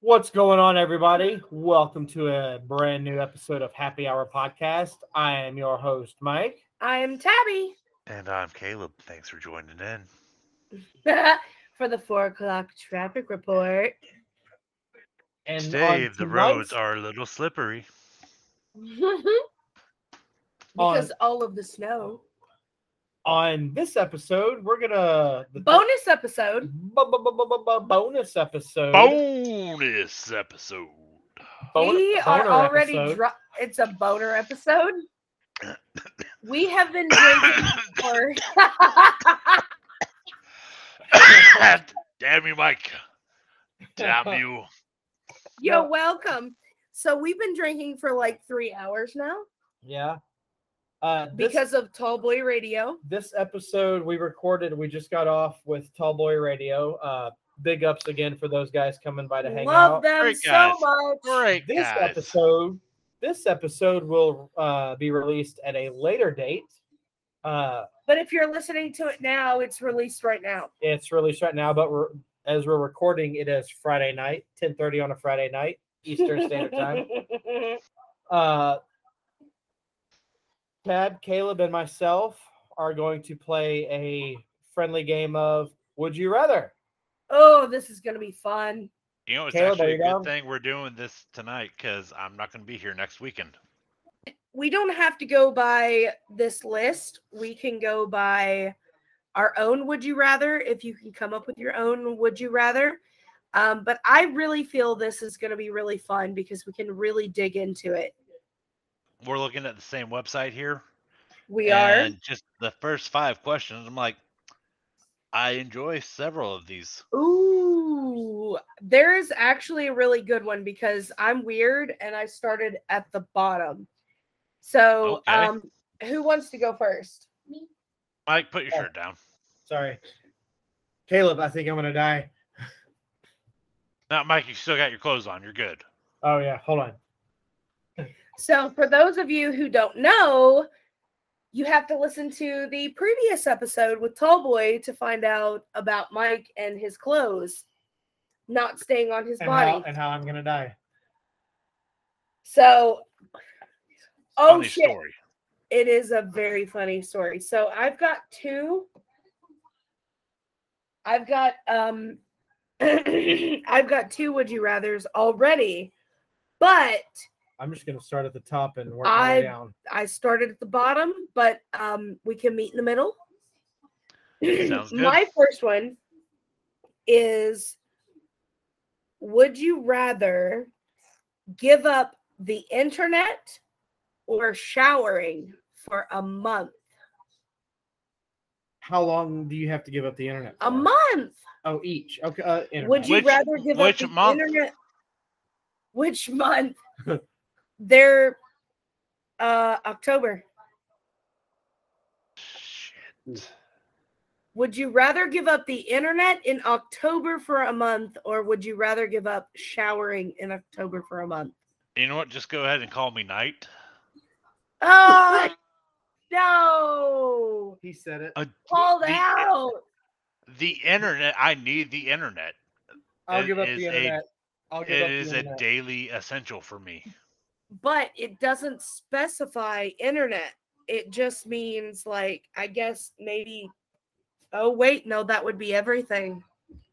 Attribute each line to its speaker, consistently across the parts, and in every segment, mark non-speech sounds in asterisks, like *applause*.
Speaker 1: What's going on, everybody? Welcome to a brand new episode of Happy Hour Podcast. I am your host, Mike.
Speaker 2: I am Tabby *laughs*
Speaker 3: And I'm Caleb. Thanks for joining in.
Speaker 2: for the four o'clock
Speaker 1: *laughs*
Speaker 2: traffic report.
Speaker 1: And
Speaker 3: Today,
Speaker 1: on
Speaker 3: the
Speaker 1: tonight's-
Speaker 3: roads are a little slippery.
Speaker 2: because all of the snow.
Speaker 1: on this episode, we're gonna the
Speaker 2: Bonus episode.
Speaker 1: bu- bu- bu- bu- bu- bu- bonus episode.
Speaker 3: Bonus *laughs* episode.
Speaker 1: Bon-
Speaker 2: we are
Speaker 1: boner
Speaker 2: already
Speaker 1: episode.
Speaker 2: dro- it's a boner episode. We have been drinking for *laughs*
Speaker 3: Damn you, Mike. *laughs* Damn you.
Speaker 2: you're welcome. So we've been drinking for like three hours now
Speaker 1: yeah. Uh, this,
Speaker 2: because of Tall Boy Radio.
Speaker 1: this episode we recorded, we just got off with Tallboy Radio. Uh, big ups again for those guys coming by to hang out.
Speaker 2: Love them
Speaker 3: Great
Speaker 2: so
Speaker 3: guys.
Speaker 2: much.
Speaker 3: Great
Speaker 1: this
Speaker 3: guys.
Speaker 1: episode this episode will uh, be released at a later date uh,
Speaker 2: But if you're listening to it now, it's released right now.
Speaker 1: it's released right now but we're, as we're recording it is friday night 10.30 on a friday night eastern standard
Speaker 2: *laughs*
Speaker 1: time uh, tab caleb and myself are going to play a friendly game of would you rather
Speaker 2: Oh, this is gonna be fun.
Speaker 3: You know, it's
Speaker 1: Caleb, are you
Speaker 3: actually a good
Speaker 1: down?
Speaker 3: thing we're doing this tonight because I'm not going to be here next weekend.
Speaker 2: we don't have to go by this list. We can go by our own would you rather if you can come up with your own would you rather. Um, but I really feel this is going to be really fun because we can really dig into it.
Speaker 3: We're looking at the same website here.
Speaker 2: We
Speaker 3: And just the first five questions, I'm like, I enjoy several of these.
Speaker 2: are. Ooh, there is actually a really good one because I'm weird and I started at the bottom. So,
Speaker 3: Okay.
Speaker 2: um, who wants to go first?
Speaker 3: Mike, put your
Speaker 1: Yeah.
Speaker 3: shirt down.
Speaker 1: sorry caleb i think i'm gonna die
Speaker 3: Now, Mike, you still got your clothes on. You're good.
Speaker 1: oh yeah hold on
Speaker 2: So, for those of you who don't know, you have to listen to the previous episode with Tallboy to find out about Mike and his clothes not staying on his
Speaker 1: and
Speaker 2: body.
Speaker 1: how, and how i'm gonna die
Speaker 2: so, oh
Speaker 3: Funny
Speaker 2: shit,
Speaker 3: story.
Speaker 2: it is a very funny story. So, I've got two. I've got um *clears throat* I've got two would you rathers already, but
Speaker 1: i'm just gonna start at the top and work my
Speaker 2: I-
Speaker 1: way down
Speaker 2: I started at the bottom, but um, we can meet in the middle. *clears throat*
Speaker 3: Sounds good.
Speaker 2: My first one is Would you rather give up the internet or showering for a month?
Speaker 1: how long do you have to give up the internet
Speaker 2: A
Speaker 1: for?
Speaker 2: month.
Speaker 1: Oh, each. Okay. Uh,
Speaker 2: Would you
Speaker 3: Which-
Speaker 2: rather give
Speaker 3: which
Speaker 2: up the
Speaker 3: month?
Speaker 2: internet? Which month? They're uh, October.
Speaker 3: Shit.
Speaker 2: Would you rather give up the internet in October for a month, or would you rather give up showering in October for a month?
Speaker 3: You know what? Just go ahead and call me Knight.
Speaker 1: *laughs*
Speaker 2: Oh no!
Speaker 1: He said it.
Speaker 3: Uh,
Speaker 2: Called
Speaker 3: the,
Speaker 2: out.
Speaker 3: The internet. I need the internet.
Speaker 1: I'll
Speaker 3: it
Speaker 1: give up
Speaker 3: is
Speaker 1: the
Speaker 3: a-
Speaker 1: internet. i I'll give up
Speaker 3: It
Speaker 1: the
Speaker 3: is a
Speaker 1: internet.
Speaker 3: daily essential for me.
Speaker 2: But it doesn't specify internet. It just means like I guess maybe. Oh wait, no, that would be everything.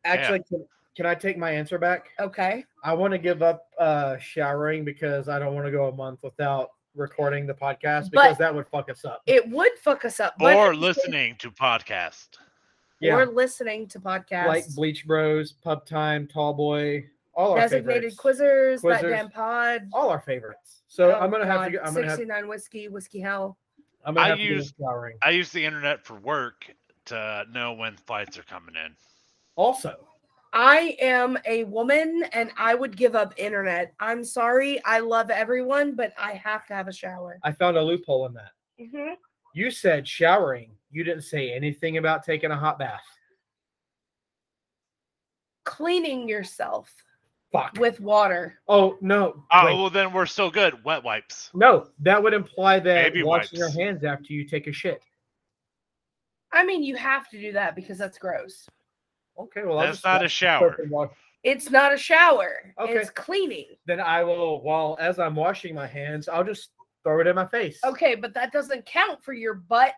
Speaker 1: Actually, can, can I take my answer back?
Speaker 2: Okay.
Speaker 1: I want to give up uh, showering because I don't want to go a month without recording the podcast because
Speaker 2: But-
Speaker 1: that would fuck us up.
Speaker 2: It would fuck us up. But
Speaker 3: or listening to podcast.
Speaker 1: yeah.
Speaker 2: Or listening to podcasts.
Speaker 1: like Bleach Bros, Pub Time, Tall Boy, all our
Speaker 2: Designated
Speaker 1: favorites.
Speaker 2: quizzers, that
Speaker 1: Quizzers.
Speaker 2: damn pod.
Speaker 1: all our favorites. So
Speaker 2: Oh,
Speaker 1: I'm gonna have to.
Speaker 2: God.
Speaker 1: go- I'm gonna have.
Speaker 2: 69 whiskey, whiskey hell.
Speaker 1: I'm gonna
Speaker 3: I
Speaker 1: have to
Speaker 3: use-
Speaker 1: use showering.
Speaker 3: I use the internet for work to know when flights are coming in.
Speaker 1: Also,
Speaker 2: I am a woman and I would give up internet. I'm sorry. I love everyone, but I have to have a shower.
Speaker 1: I found a loophole in that. You said showering. You didn't say anything about taking a hot bath.
Speaker 2: Cleaning yourself
Speaker 1: Fuck.
Speaker 2: with water.
Speaker 1: oh no.
Speaker 3: Oh,
Speaker 1: wait.
Speaker 3: well, then we're still good. Wet wipes.
Speaker 1: No, that would imply that
Speaker 3: Baby
Speaker 1: washing
Speaker 3: wipes.
Speaker 1: your hands after you take a shit.
Speaker 2: I mean, you have to do that because that's gross.
Speaker 1: Okay, well, I'll
Speaker 3: That's
Speaker 1: just
Speaker 3: not
Speaker 1: wa-
Speaker 3: a shower.
Speaker 1: soap and wash-
Speaker 2: It's not a shower.
Speaker 1: Okay.
Speaker 2: It's cleaning.
Speaker 1: Then I will, while as I'm washing my hands, I'll just throw it in my face.
Speaker 2: Okay, but that doesn't count for your butt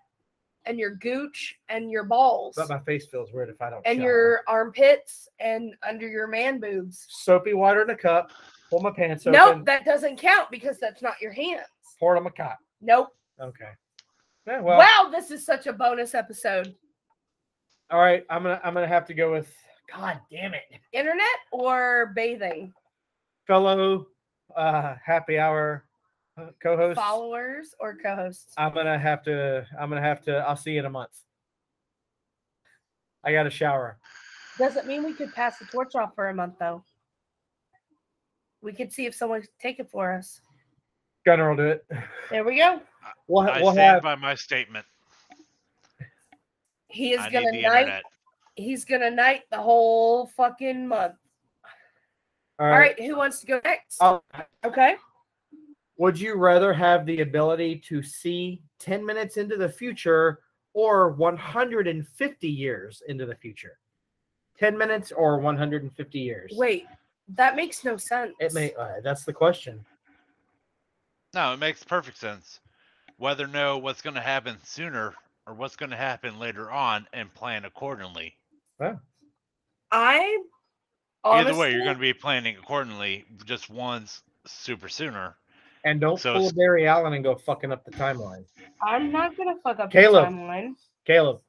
Speaker 2: and your gooch and your balls
Speaker 1: But my face feels weird if I don't.
Speaker 2: and
Speaker 1: shower.
Speaker 2: your armpits and under your man boobs.
Speaker 1: soapy water in a cup. Pull my pants open.
Speaker 2: nope, that doesn't count because that's not your hands.
Speaker 1: Pour it on my cot.
Speaker 2: Nope.
Speaker 1: Okay. Yeah, well,
Speaker 2: wow, this is such a bonus episode.
Speaker 1: all right. I'm gonna I'm gonna have to go with. God damn it,
Speaker 2: Internet or bathing?
Speaker 1: fellow uh, happy hour uh, co-host.
Speaker 2: Followers or co hosts?
Speaker 1: I'm gonna have to. I'm gonna have to. I'll see you in a month. I got to shower.
Speaker 2: Doesn't mean we could pass the torch off for a month, though. We could see if someone could take it for us.
Speaker 1: Gunner will do it. *laughs*
Speaker 2: There we go.
Speaker 1: We'll,
Speaker 3: I
Speaker 1: we'll
Speaker 3: stand
Speaker 1: have.
Speaker 3: by my statement.
Speaker 2: He is
Speaker 3: I need
Speaker 2: gonna
Speaker 3: the
Speaker 2: knight.
Speaker 3: internet.
Speaker 2: He's gonna knight the whole fucking month.
Speaker 1: All Oh.
Speaker 2: All right, who wants to go next?
Speaker 1: All right.
Speaker 2: okay.
Speaker 1: Would you rather have the ability to see 10 minutes into the future or 150 years into the future? 10 minutes or 150 years?
Speaker 2: Wait, that makes no sense.
Speaker 1: It may, uh, that's the question.
Speaker 3: No, it makes perfect sense. Whether know what's going to happen sooner or what's going to happen later on and plan accordingly.
Speaker 2: I honestly,
Speaker 3: Either way, you're going to be planning accordingly. Just one's super sooner.
Speaker 1: And don't
Speaker 3: So
Speaker 1: pull
Speaker 3: it's-
Speaker 1: Barry Allen and go fucking up the timeline.
Speaker 2: I'm not gonna fuck up
Speaker 1: Caleb.
Speaker 2: the timeline.
Speaker 1: Caleb.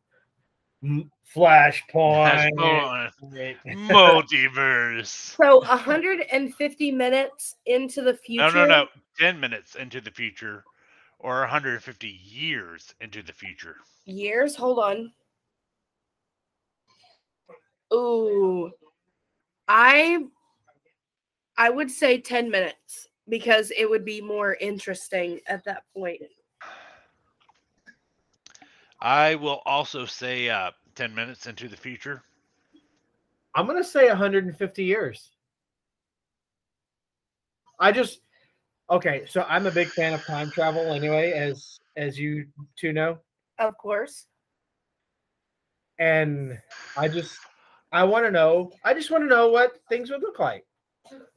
Speaker 1: M- Oh, Flashpoint.
Speaker 3: That's Multiverse.
Speaker 2: So 150 minutes into the future.
Speaker 3: No, no, no. 10 minutes into the future or 150 years into the future.
Speaker 2: Years. Hold on. Ooh, I I would say 10 minutes because it would be more interesting at that point.
Speaker 3: I will also say uh, 10 minutes into the future.
Speaker 1: I'm going to say 150 years. I just Okay, so I'm a big fan of time travel anyway as as you two know.
Speaker 2: Of course.
Speaker 1: and I just I want to know. I just want to know what things would look like.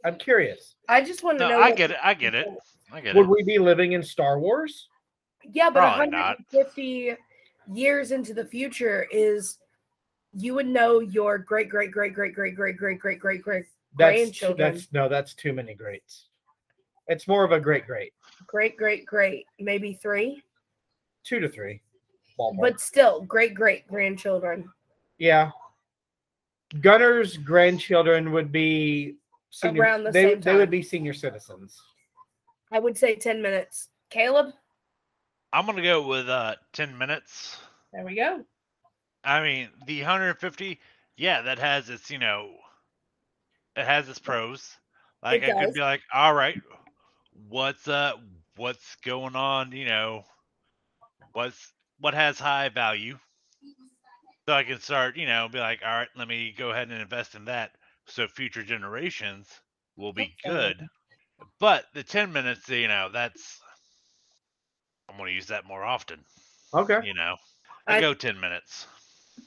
Speaker 1: I'm curious.
Speaker 2: I just want to
Speaker 3: No,
Speaker 2: know.
Speaker 3: I
Speaker 2: what-
Speaker 3: get it. I get it. I get
Speaker 1: Would
Speaker 3: it.
Speaker 1: we be living in Star Wars?
Speaker 2: Yeah, but
Speaker 3: Probably not.
Speaker 2: 150 years into the future is you would know your great great great great great great great great great great
Speaker 1: That's too-
Speaker 2: Grandchildren.
Speaker 1: that's no, that's too many greats. It's more of a great great,
Speaker 2: great great great maybe three,
Speaker 1: two to three. Ballpark.
Speaker 2: but still great great grandchildren.
Speaker 1: yeah, Gunner's grandchildren would be senior,
Speaker 2: Around the
Speaker 1: they,
Speaker 2: same
Speaker 1: They would
Speaker 2: time.
Speaker 1: be senior citizens.
Speaker 2: I would say 10 minutes. Caleb,
Speaker 3: I'm going to go with uh, 10 minutes.
Speaker 2: there we go.
Speaker 3: I mean, the 150, yeah, that has its, you know, it has its pros. Like
Speaker 2: It
Speaker 3: I could
Speaker 2: does.
Speaker 3: be like, all right, what's uh what's going on, you know, what's what has high value? So I can start, you know, be like, all right, let me go ahead and invest in that so future generations will be
Speaker 2: Okay.
Speaker 3: good. But the 10 minutes, you know, that's I'm going to use that more often,
Speaker 1: Okay,
Speaker 3: you know. I
Speaker 2: I-
Speaker 3: go 10 minutes.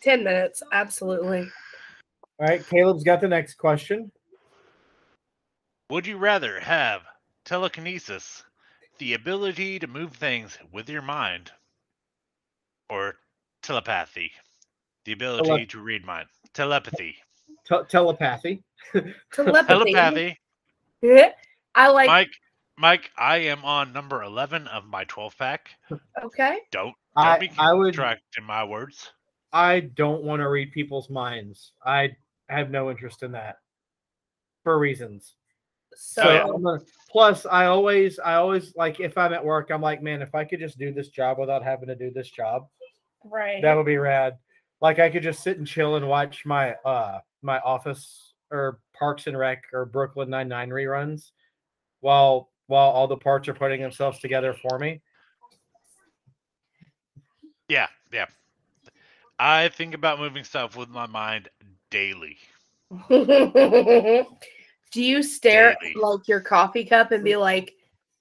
Speaker 2: 10 minutes, *laughs* absolutely.
Speaker 1: all right. Caleb's got the next question.
Speaker 3: Would you rather have telekinesis, the ability to move things with your mind, or telepathy, the ability to read mind? Telepathy.
Speaker 1: Te- telepathy.
Speaker 2: Telepathy.
Speaker 3: Telepathy.
Speaker 2: *laughs* I like
Speaker 3: Mike, Mike, I am on number 11 of my 12 pack.
Speaker 2: okay.
Speaker 3: Don't, don't
Speaker 1: I
Speaker 3: be
Speaker 1: I would
Speaker 3: contracting my words.
Speaker 1: I don't want to read people's minds. I have no interest in that for reasons.
Speaker 2: So
Speaker 1: So I'm gonna- plus, I always, I always like if I'm at work, I'm like, man, if I could just do this job without having to do this job,
Speaker 2: Oh, right.
Speaker 1: that would be rad. Like I could just sit and chill and watch my uh my office or Parks and Rec or Brooklyn Nine Nine reruns while while all the parts are putting themselves together for me.
Speaker 3: Yeah, yeah. I think about moving stuff with my mind daily.
Speaker 2: *laughs* Do you stare at,
Speaker 3: Daily.
Speaker 2: like your coffee cup and be like,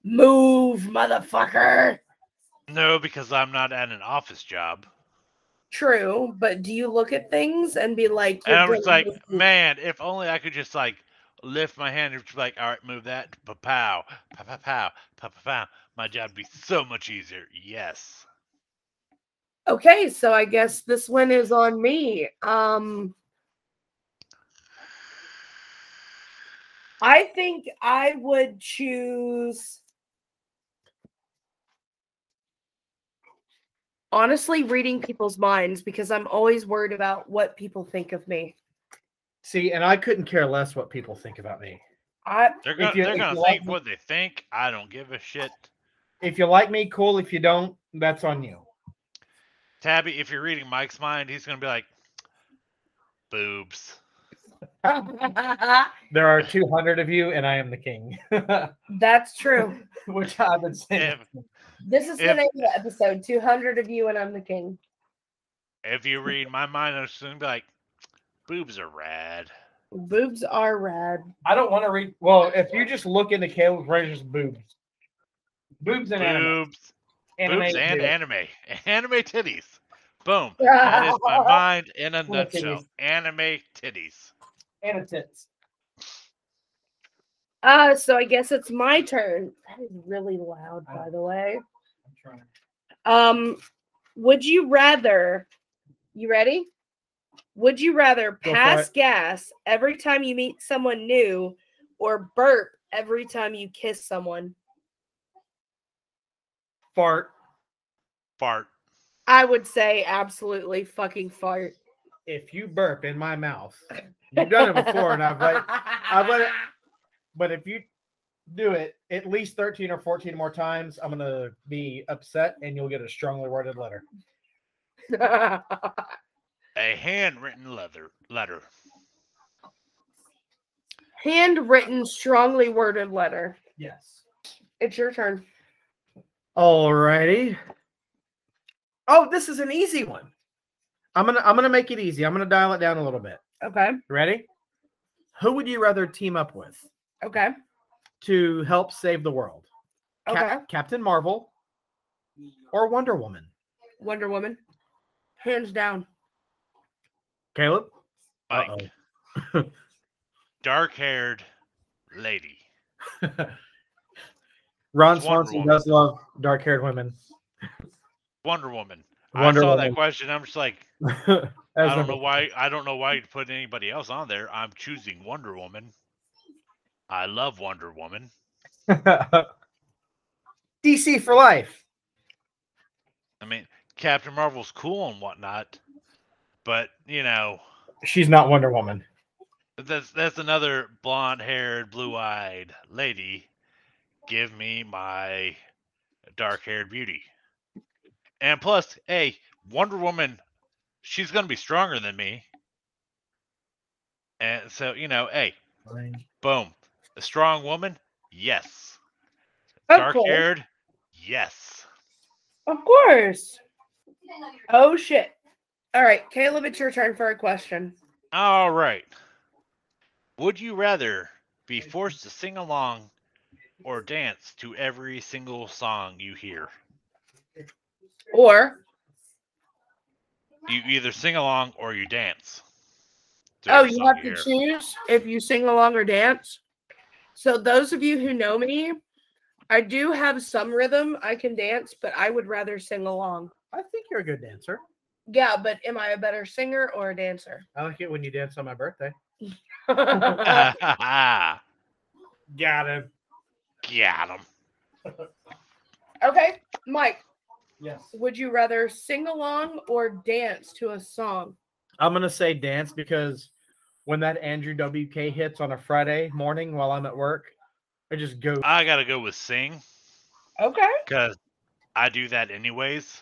Speaker 2: "Move, motherfucker"?
Speaker 3: No, because I'm not at an office job.
Speaker 2: True, but do you look at things and be like,
Speaker 3: And
Speaker 2: "You're
Speaker 3: I'm just
Speaker 2: doing
Speaker 3: like,
Speaker 2: this wrong"?
Speaker 3: man, if only I could just like lift my hand and just be like, all right, move that, pa pow, pa pow, pow, pa pow. My job would be so much easier. Yes.
Speaker 2: Okay, so I guess this one is on me. Um I think I would choose honestly reading people's minds because I'm always worried about what people think of me.
Speaker 1: See, and I couldn't care less what people think about me.
Speaker 2: I *laughs*
Speaker 3: They're
Speaker 1: If
Speaker 3: gonna
Speaker 1: you-
Speaker 3: they're
Speaker 1: if
Speaker 3: gonna
Speaker 1: you like
Speaker 3: think
Speaker 1: me-
Speaker 3: what they think. I don't give a shit.
Speaker 1: If you like me, cool. If you don't, that's on you.
Speaker 3: Tabby, if you're reading Mike's mind, he's gonna be like boobs.
Speaker 1: There are 200 of you, and I am the king, *laughs*
Speaker 2: That's true.
Speaker 1: which I've been saying.
Speaker 3: If
Speaker 2: This is the
Speaker 3: If-
Speaker 2: name of the episode 200 of you and I'm the king.
Speaker 3: if you read my mind, I'm just gonna be like, boobs are rad.
Speaker 2: Boobs are rad.
Speaker 1: I don't want to read. Well, if you just look into Caleb Razor's boobs, boobs and anime,
Speaker 3: Boobs, boobs
Speaker 1: anime
Speaker 3: and
Speaker 1: boobs.
Speaker 3: anime. *laughs* Anime titties. Boom. That is
Speaker 2: *laughs*
Speaker 3: my mind in a
Speaker 1: Anime
Speaker 3: nutshell. Anime titties.
Speaker 1: and a tits.
Speaker 2: Uh, so I guess it's my turn. That is really loud,
Speaker 1: Uh,
Speaker 2: by the way.
Speaker 1: I'm trying.
Speaker 2: Um, would you rather, you ready? Would you rather
Speaker 1: Go for
Speaker 2: pass gas every time you meet someone new or burp every time you kiss someone?
Speaker 1: Fart.
Speaker 3: Fart.
Speaker 2: I would say absolutely fucking fart.
Speaker 1: If you burp in my mouth, you've done it before, and I've like, I've
Speaker 2: *laughs*
Speaker 1: let it. But if you do it at least 13 or 14 more times, I'm gonna be upset, and you'll get a strongly worded letter.
Speaker 3: A handwritten leather letter.
Speaker 2: *laughs* Handwritten, strongly worded letter.
Speaker 1: Yes.
Speaker 2: It's your turn.
Speaker 1: Alrighty. Oh, this is an easy one. I'm gonna I'm gonna make it easy. I'm gonna dial it down a little bit.
Speaker 2: Okay.
Speaker 1: Ready? Who would you rather team up with
Speaker 2: Okay.
Speaker 1: to help save the world? Cap-
Speaker 2: Okay.
Speaker 1: Captain Marvel or Wonder Woman?
Speaker 2: Wonder Woman. Hands down.
Speaker 1: Caleb?
Speaker 3: Mike.
Speaker 1: Uh-oh.
Speaker 3: Dark haired lady.
Speaker 1: Ron
Speaker 3: Wonder
Speaker 1: Swanson
Speaker 3: Woman.
Speaker 1: does love dark haired women. *laughs*
Speaker 3: Wonder Woman.
Speaker 1: Wonder
Speaker 3: I saw
Speaker 1: Woman.
Speaker 3: that question. I'm just like,
Speaker 1: That was
Speaker 3: I don't
Speaker 1: number-
Speaker 3: know why. I don't know why you'd put anybody else on there. I'm choosing Wonder Woman. I love Wonder Woman.
Speaker 1: *laughs* DC for life.
Speaker 3: I mean, Captain Marvel's cool and whatnot, but you know,
Speaker 1: She's not Wonder Woman.
Speaker 3: that's that's another blonde-haired, blue-eyed lady. Give me my dark-haired beauty. And plus, hey, Wonder Woman, she's gonna be stronger than me. And so, you know, hey, boom, a strong woman, yes. Dark
Speaker 2: Okay.
Speaker 3: haired? Yes.
Speaker 2: Of course. Oh shit. All right, Caleb, it's your turn for a question.
Speaker 3: All right. Would you rather be forced to sing along or dance to every single song you hear?
Speaker 2: Or
Speaker 3: You either sing along or you dance. to
Speaker 2: oh,
Speaker 3: every
Speaker 2: you
Speaker 3: song
Speaker 2: have to
Speaker 3: hear.
Speaker 2: choose if you sing along or dance. So those of you who know me, I do have some rhythm. I can dance, but I would rather sing along.
Speaker 1: I think you're a good dancer.
Speaker 2: Yeah, but am I a better singer or a dancer?
Speaker 1: I like it when you dance on my
Speaker 3: *laughs*
Speaker 1: birthday. *laughs*
Speaker 2: I
Speaker 1: Got him.
Speaker 3: *laughs* Got him.
Speaker 2: Okay, Mike,
Speaker 1: Yes.
Speaker 2: would you rather sing along or dance to a song?
Speaker 1: I'm gonna say dance because when that Andrew WK hits on a Friday morning while I'm at work, I just go.
Speaker 3: I got to go with sing
Speaker 2: Okay.
Speaker 3: because I do that anyways.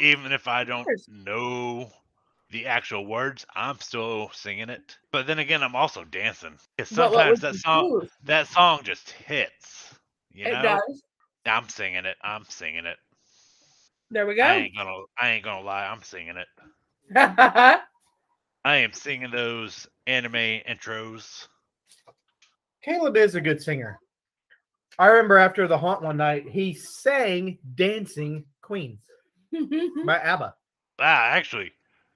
Speaker 3: Even if I don't
Speaker 2: course.
Speaker 3: know the actual words, I'm still singing it. But then again, I'm also dancing. 'Cause
Speaker 2: But what would
Speaker 3: Sometimes that
Speaker 2: you
Speaker 3: song,
Speaker 2: choose?
Speaker 3: that song just hits. You
Speaker 2: It
Speaker 3: know,
Speaker 2: does.
Speaker 3: I'm singing it. I'm singing it.
Speaker 2: There we go.
Speaker 3: I ain't gonna. I ain't gonna lie. I'm singing it. I am singing those anime intros.
Speaker 1: Caleb is a good singer. I remember after the haunt one night, he sang "Dancing Queen" by ABBA.
Speaker 3: Ah, actually,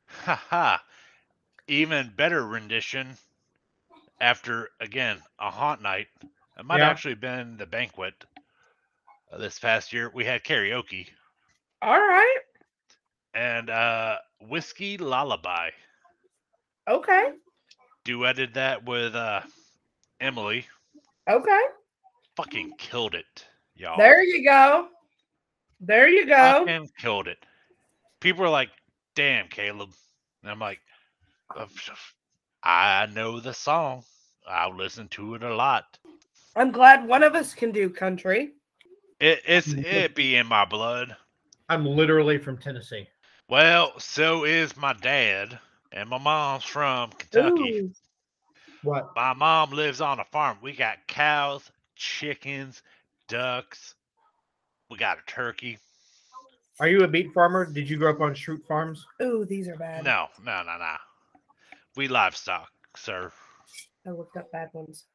Speaker 3: haha, even better rendition after again a haunt night. It might
Speaker 1: Yeah.
Speaker 3: have actually been the banquet uh, this past year. We had karaoke
Speaker 2: *laughs* All right.
Speaker 3: and uh whiskey lullaby
Speaker 2: Okay.
Speaker 3: duetted that with uh Emily.
Speaker 2: Okay.
Speaker 3: Fucking killed it, y'all.
Speaker 2: There you go. There you go.
Speaker 3: Fucking killed it. People are like, "Damn, Caleb," and I'm like, "Ugh, "I know the song. I've listened to it a lot.
Speaker 2: I'm glad one of us can do country.
Speaker 3: It, it's
Speaker 1: Mhm.
Speaker 3: it be in my blood.
Speaker 1: I'm literally from Tennessee.
Speaker 3: Well, so is my dad, and my mom's from Kentucky.
Speaker 2: Ooh.
Speaker 1: What?
Speaker 3: My mom lives on a farm. We got cows, chickens, ducks. We got a turkey.
Speaker 1: Are you a beet farmer? Did you grow up on shroot farms?
Speaker 2: Ooh, these are bad.
Speaker 3: No, no, no, no. We livestock, sir."
Speaker 2: I looked up bad ones.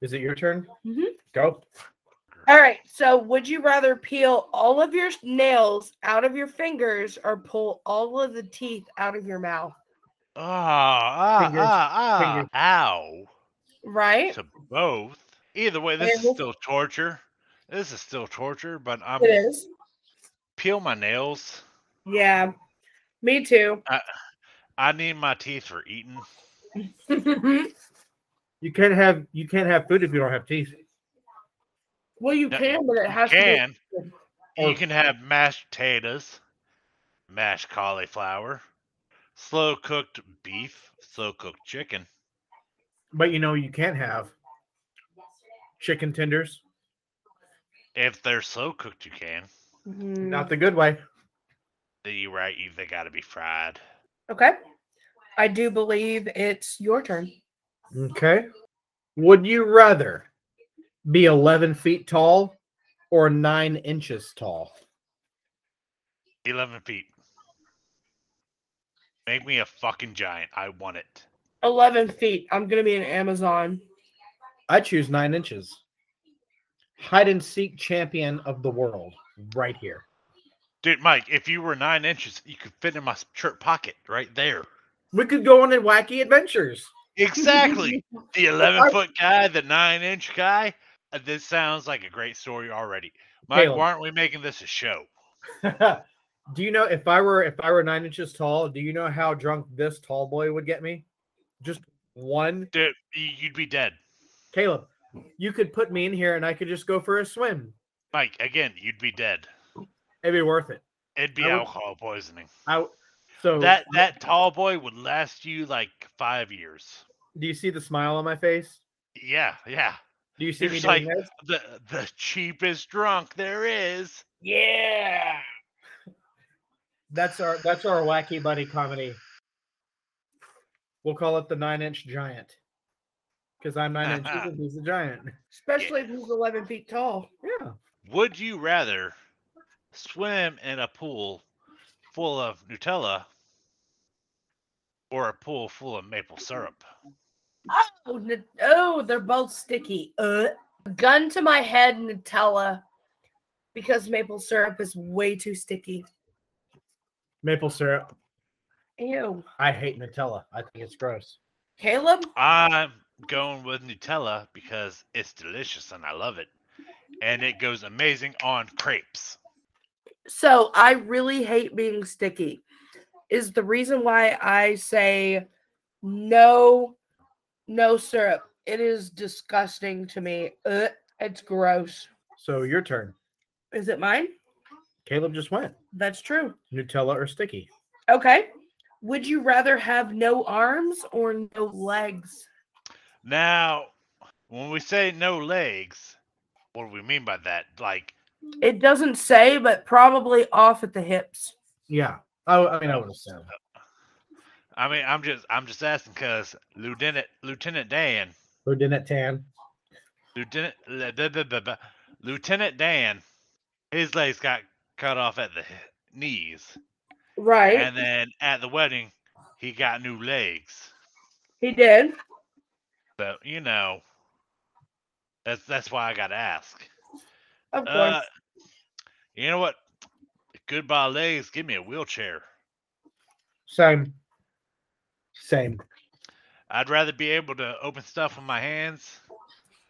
Speaker 1: Is it your turn?
Speaker 2: Mhm.
Speaker 1: Go.
Speaker 2: All right. So, would you rather peel all of your nails out of your fingers or pull all of the teeth out of your mouth?
Speaker 3: Oh, ah,
Speaker 1: Fingers,
Speaker 3: ah, ah,
Speaker 1: fingers.
Speaker 3: ow.
Speaker 2: Right?
Speaker 3: To both. Either way, this is
Speaker 2: Fingers.
Speaker 3: still torture. This is still torture, but I'm
Speaker 2: It is.
Speaker 3: peel my nails.
Speaker 2: Yeah. Me too. *laughs*
Speaker 3: I need my teeth for eating.
Speaker 2: well,
Speaker 1: You can't have you can't have food if you don't have teeth.
Speaker 2: you
Speaker 3: No,
Speaker 2: can, but it has to
Speaker 3: Can
Speaker 2: good.
Speaker 3: you
Speaker 1: Or-
Speaker 3: can have mashed potatoes, mashed cauliflower, slow cooked beef, slow cooked chicken.
Speaker 1: But you know you can't have chicken tenders.
Speaker 3: If they're slow cooked, you can.
Speaker 2: be. Mhm.
Speaker 1: Not the good way.
Speaker 3: You right, you they gotta be fried.
Speaker 2: Okay. I do believe it's your turn.
Speaker 1: Okay. Would you rather be 11 feet tall or nine inches tall?
Speaker 3: Eleven feet. Make me a fucking giant. I want it.
Speaker 2: 11 feet. I'm going to be an Amazon.
Speaker 1: I choose nine inches. Hide and seek champion of the world, right here.
Speaker 3: Dude, Mike, if you were nine inches, you could fit in my s- shirt pocket right
Speaker 2: *laughs*
Speaker 3: there.
Speaker 1: We could go on in wacky adventures.
Speaker 3: Exactly. the 11 foot guy, the nine inch guy. Uh, This sounds like a great story already. Mike,
Speaker 1: Caleb.
Speaker 3: why aren't we making this a show?
Speaker 1: do you know if I were if I were nine inches tall? Do you know how drunk this tall boy would get me? Just one,
Speaker 3: Dude, y- you'd be dead.
Speaker 1: Caleb. You could put me in here and I could just go for a swim.
Speaker 3: Mike, again, you'd be dead.
Speaker 1: It'd be worth it.
Speaker 3: It'd be
Speaker 1: I would-
Speaker 3: alcohol poisoning.
Speaker 1: I so
Speaker 3: That that tall boy would last you like five years.
Speaker 1: do you see the smile on my face?
Speaker 3: Yeah, yeah.
Speaker 1: Do you see
Speaker 3: You're
Speaker 1: me
Speaker 3: just
Speaker 1: doing
Speaker 3: like-
Speaker 1: this?
Speaker 3: The the cheapest drunk there is.
Speaker 2: *laughs* Yeah.
Speaker 1: That's our that's our wacky buddy comedy. We'll call it the nine inch giant. Because I'm nine inches
Speaker 3: *laughs*
Speaker 1: and he's a giant.
Speaker 2: Especially if he's 11 feet tall.
Speaker 1: Yeah.
Speaker 3: Would you rather swim in a pool full of Nutella or a pool full of maple syrup?
Speaker 2: Oh, N- oh they're both sticky. Uh, gun to my head, Nutella, because maple syrup is way too sticky.
Speaker 1: Maple syrup.
Speaker 2: Ew.
Speaker 1: I hate Nutella. I think it's gross.
Speaker 2: Caleb?
Speaker 3: I'm going with Nutella because it's delicious and I love it. And it goes amazing on crepes.
Speaker 2: So I really hate being sticky. Is the reason why I say no, no syrup. It is disgusting to me. Ugh, it's gross.
Speaker 1: So your turn.
Speaker 2: Is it mine?
Speaker 1: Caleb just went.
Speaker 2: That's true.
Speaker 1: Nutella or sticky?
Speaker 2: Okay. Would you rather have no arms or no legs?
Speaker 3: Now, when we say no legs, what do we mean by that? Like,
Speaker 2: It doesn't say, but probably off at the hips.
Speaker 1: Yeah. I, I mean, I would assume.
Speaker 3: I mean, I'm just, I'm just asking because Lieutenant, Lieutenant Dan,
Speaker 1: Who didn't tan?
Speaker 3: Lieutenant le- blah, blah, blah, blah. Lieutenant Dan, his legs got cut off at the h- knees,
Speaker 2: Right.
Speaker 3: and then at the wedding, he got new legs.
Speaker 2: he did.
Speaker 3: So you know, that's that's why I got to ask.
Speaker 2: Of course.
Speaker 3: Uh, you know what? Goodbye legs. Give me a wheelchair.
Speaker 1: Same. Same.
Speaker 3: I'd rather be able to open stuff with my hands.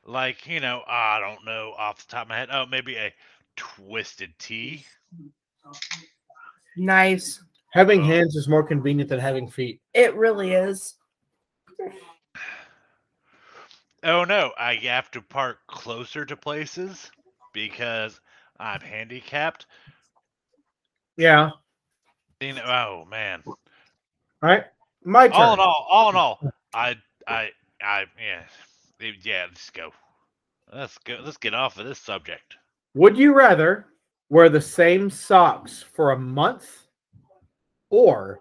Speaker 3: Like, you know, ah, I don't know off the top of my head. Oh, maybe a twisted T.
Speaker 2: Nice.
Speaker 1: Having
Speaker 3: Oh.
Speaker 1: hands is more convenient than having feet.
Speaker 2: It really is.
Speaker 3: Oh no, I have to park closer to places because I'm handicapped.
Speaker 1: Yeah.
Speaker 3: You know, oh man.
Speaker 1: All right. My turn.
Speaker 3: All in all, all in all, I I I yeah. Eh, Yeah, let's go. Let's go let's get off of this subject.
Speaker 1: Would you rather wear the same socks for a month or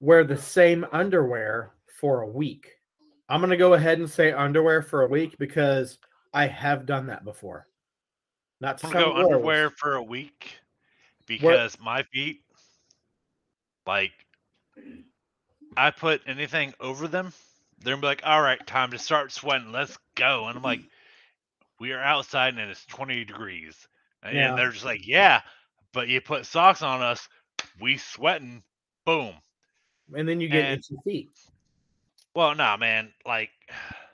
Speaker 1: wear the same underwear for a week? I'm going to go ahead and say underwear for a week because I have done that before. Not to
Speaker 3: I'm gonna go
Speaker 1: sound gross.
Speaker 3: underwear for a week because my feet like I put anything over them, they're gonna be like, all right, time to start sweating, let's go. And I'm like, we are outside and it's 20 degrees. And
Speaker 1: Yeah.
Speaker 3: they're just like, yeah, but you put socks on us, we sweating, boom.
Speaker 1: And then you get
Speaker 3: and-
Speaker 1: itchy feet.
Speaker 3: Well, nah, man. Like,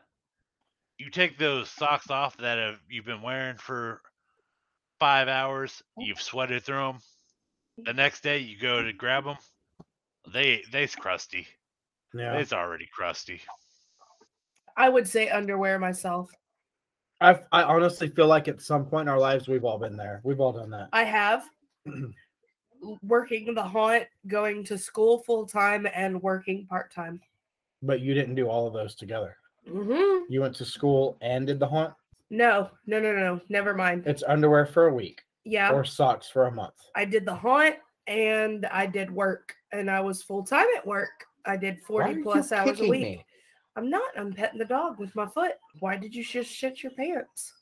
Speaker 3: *sighs* you take those socks off that have, you've been wearing for five hours. You've sweated through them. The next day, you go to grab them. They they's crusty.
Speaker 1: Yeah.
Speaker 3: It's already crusty.
Speaker 2: I would say underwear myself.
Speaker 1: I, I honestly feel like at some point in our lives, we've all been there. We've all done that.
Speaker 2: I have working the haunt, going to school full time, and working part time.
Speaker 1: But you didn't do all of those together.
Speaker 2: Mm-hmm.
Speaker 1: You went to school and did the haunt.
Speaker 2: No, no, no, no. Never mind.
Speaker 1: It's underwear for a week
Speaker 2: Yeah,
Speaker 1: or socks for a month.
Speaker 2: I did the haunt and I did work, and I was full time at work. I did
Speaker 1: Why
Speaker 2: 40
Speaker 1: are
Speaker 2: plus
Speaker 1: you
Speaker 2: hours a
Speaker 1: kicking
Speaker 2: week.
Speaker 1: me?
Speaker 2: I'm not. I'm petting the dog with my foot. Why did you just shit your pants?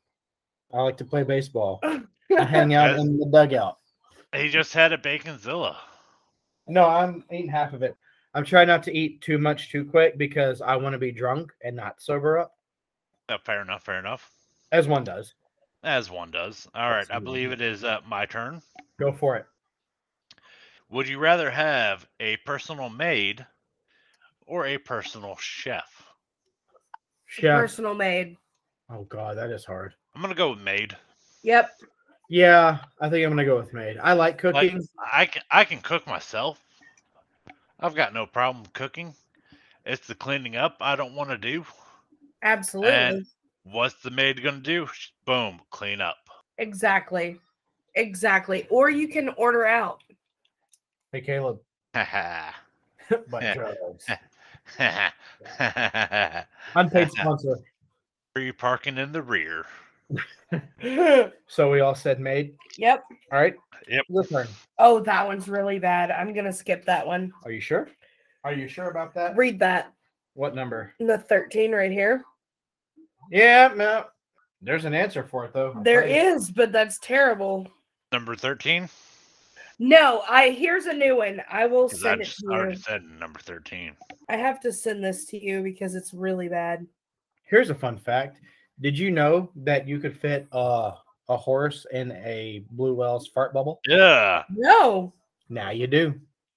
Speaker 1: I like to play
Speaker 2: *laughs*
Speaker 1: baseball. I hang out
Speaker 3: Yes.
Speaker 1: in the dugout.
Speaker 3: He just had a baconzilla.
Speaker 1: No, I'm eating half of it. I'm trying not to eat too much too quick because I want to be drunk and not sober up,
Speaker 3: Oh, fair enough. Fair enough.
Speaker 1: as one does.
Speaker 3: As one does. All right. I
Speaker 1: Absolutely.
Speaker 3: believe it is uh, my turn.
Speaker 1: Go for it.
Speaker 3: Would you rather have a personal maid or a personal chef?
Speaker 1: Chef.
Speaker 2: Personal maid.
Speaker 1: Oh god, that is hard.
Speaker 3: I'm gonna go with maid.
Speaker 2: Yep.
Speaker 1: Yeah, I think I'm gonna go with maid. I like
Speaker 3: Like,
Speaker 1: cooking.
Speaker 3: I can I can cook myself. I've got no problem cooking. It's the cleaning up I don't want to do.
Speaker 2: Absolutely.
Speaker 3: And- What's the maid gonna do? Sh- Boom, clean up. *laughs*
Speaker 2: Exactly. Exactly. Or you can order out. *laughs*
Speaker 1: hey Caleb.
Speaker 3: Ha
Speaker 1: My
Speaker 3: Yeah.
Speaker 1: drugs.
Speaker 3: ha.
Speaker 1: Unpaid sponsor.
Speaker 3: Free parking in the rear.
Speaker 2: yep.
Speaker 1: So we all said maid. All right.
Speaker 3: Yep.
Speaker 1: Your turn.
Speaker 2: Oh, that one's really bad. I'm going to skip that one.
Speaker 1: Are you sure? Are you sure about that?
Speaker 2: Read that.
Speaker 1: What number?
Speaker 2: The 13 right here.
Speaker 1: Yeah, no. There's an answer for it though. I'll
Speaker 2: There
Speaker 1: tell you.
Speaker 2: is, but that's terrible.
Speaker 3: Number thirteen.
Speaker 2: No, I here's a new one. I will
Speaker 3: Because I
Speaker 2: send it to
Speaker 3: just
Speaker 2: you.
Speaker 3: already said number thirteen.
Speaker 2: I have to send this to you because it's really bad.
Speaker 1: Here's a fun fact. Did you know that you could fit uh, a horse in a blue whale's fart bubble?
Speaker 3: Yeah.
Speaker 2: No. *laughs*
Speaker 1: Now you do.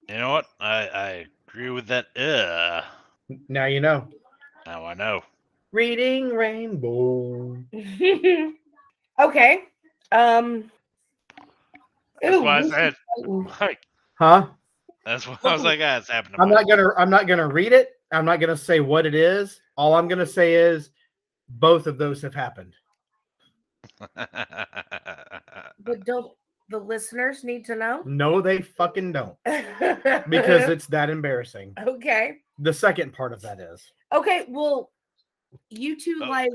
Speaker 3: You know what? I, I agree with that. Yeah.
Speaker 1: Now you know.
Speaker 3: Now I know.
Speaker 1: Reading rainbow.
Speaker 2: okay. Um
Speaker 3: That's
Speaker 2: ooh,
Speaker 3: why I
Speaker 2: this is
Speaker 3: said. *laughs*
Speaker 2: fighting.
Speaker 3: Like,
Speaker 1: Huh?
Speaker 3: that's why
Speaker 2: *laughs*
Speaker 3: I was like, ah, it's happening.
Speaker 1: I'm not gonna I'm not gonna read it. I'm not gonna say what it is. All I'm gonna say is both of those have happened.
Speaker 3: *laughs*
Speaker 2: *laughs* But don't the listeners need to know?
Speaker 1: No, they fucking don't. Because
Speaker 2: *laughs* because
Speaker 1: it's that embarrassing.
Speaker 2: *laughs* okay,
Speaker 1: The second part of that is.
Speaker 2: okay, well, you two
Speaker 3: Oh,
Speaker 2: like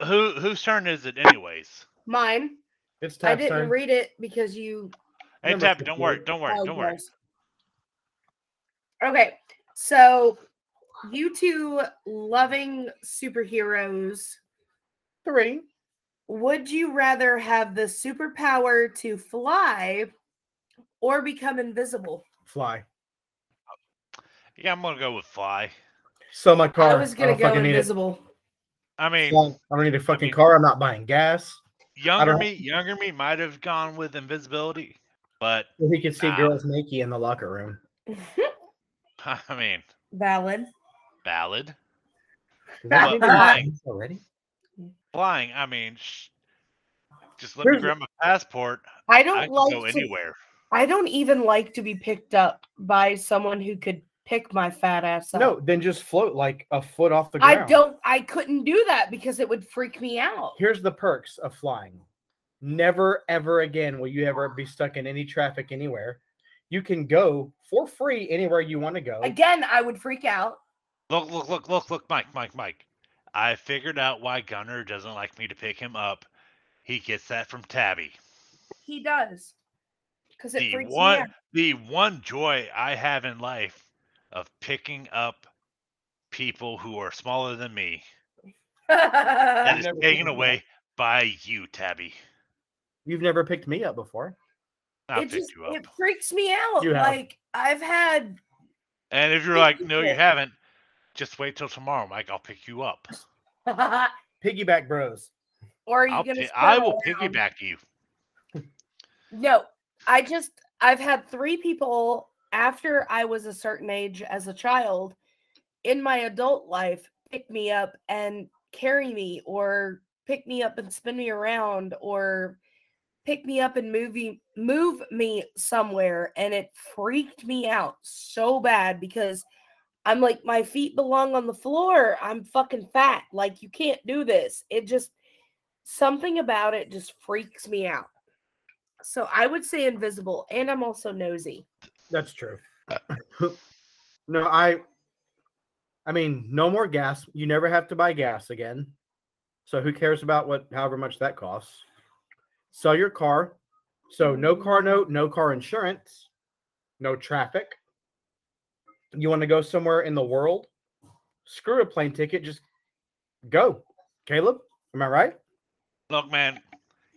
Speaker 3: uh, who whose turn is it anyways?
Speaker 2: mine.
Speaker 1: It's
Speaker 2: I
Speaker 1: Tab's
Speaker 2: didn't
Speaker 1: turn.
Speaker 2: read it because you.
Speaker 3: Hey
Speaker 1: Number
Speaker 3: Tab, don't worry,
Speaker 1: 58.
Speaker 3: don't worry,
Speaker 2: oh,
Speaker 3: don't worry.
Speaker 2: yes. Okay, so you two loving superheroes.
Speaker 1: Three.
Speaker 2: Would you rather have the superpower to fly or become invisible?
Speaker 1: Fly.
Speaker 3: Yeah, I'm gonna go with fly.
Speaker 1: So my car.
Speaker 2: I was gonna
Speaker 1: don't
Speaker 2: go
Speaker 1: fucking need it.
Speaker 2: invisible. *laughs*
Speaker 3: I mean,
Speaker 1: Fly. I don't need a fucking car. I'm not buying gas.
Speaker 3: younger
Speaker 1: don't-
Speaker 3: me, younger me might have gone with invisibility, but *laughs*
Speaker 1: Well, he could see
Speaker 3: Ah. *laughs*
Speaker 1: girls naked in the locker room.
Speaker 3: I mean,
Speaker 2: Valid.
Speaker 3: valid.
Speaker 1: Does that
Speaker 2: Well,
Speaker 1: mean we're not
Speaker 3: like-
Speaker 1: done already?
Speaker 3: Flying. I mean, sh- just let me
Speaker 2: Here's-
Speaker 3: grab my passport.
Speaker 2: I don't
Speaker 3: I can
Speaker 2: like to-
Speaker 3: go anywhere.
Speaker 2: I don't even like to be picked up by someone who could pick my fat ass up.
Speaker 1: No, then just float like a foot off the ground.
Speaker 2: I don't. I couldn't do that because it would freak me out.
Speaker 1: Here's the perks of flying. Never ever again will you ever be stuck in any traffic anywhere. You can go for free anywhere you want to go.
Speaker 2: Again, I would freak out.
Speaker 3: Look, look, look, look, look, Mike, Mike, Mike. I figured out why Gunner doesn't like me to pick him up. He gets that from Tabby.
Speaker 2: He does because it
Speaker 3: The
Speaker 2: freaks me out.
Speaker 3: one, the one joy I have in life of picking up people who are smaller than me that
Speaker 1: I've
Speaker 2: Uh, *laughs*
Speaker 3: is
Speaker 1: never picked
Speaker 3: taken
Speaker 1: him up.
Speaker 3: away by you, Tabby.
Speaker 1: You've never picked me up before.
Speaker 3: I
Speaker 2: it
Speaker 3: picked
Speaker 2: just
Speaker 3: you up.
Speaker 2: it freaks me out.
Speaker 1: You have.
Speaker 2: Like I've had
Speaker 3: and if you're
Speaker 2: it
Speaker 3: like,
Speaker 2: just
Speaker 3: no, you
Speaker 2: did.
Speaker 3: haven't, just wait till tomorrow, Mike. I'll pick you up.
Speaker 1: Piggyback bros.
Speaker 2: or are you
Speaker 3: I'll
Speaker 2: gonna
Speaker 3: pi- I
Speaker 2: spin
Speaker 3: will
Speaker 2: around?
Speaker 3: piggyback you.
Speaker 2: No, I just I've had three people after I was a certain age as a child in my adult life pick me up and carry me or pick me up and spin me around or pick me up and move me, move me somewhere and it freaked me out so bad because I'm like my feet belong on the floor. I'm fucking fat. Like you can't do this. It just something about it just freaks me out. So I would say invisible, and I'm also nosy.
Speaker 1: That's true. *laughs* no, I I mean, no more gas. You never have to buy gas again. So who cares about what however much that costs? Sell your car. So no car note, no car insurance, no traffic. You want to go somewhere in the world? Screw a plane ticket, just go. Caleb, am I right?
Speaker 3: Look, man,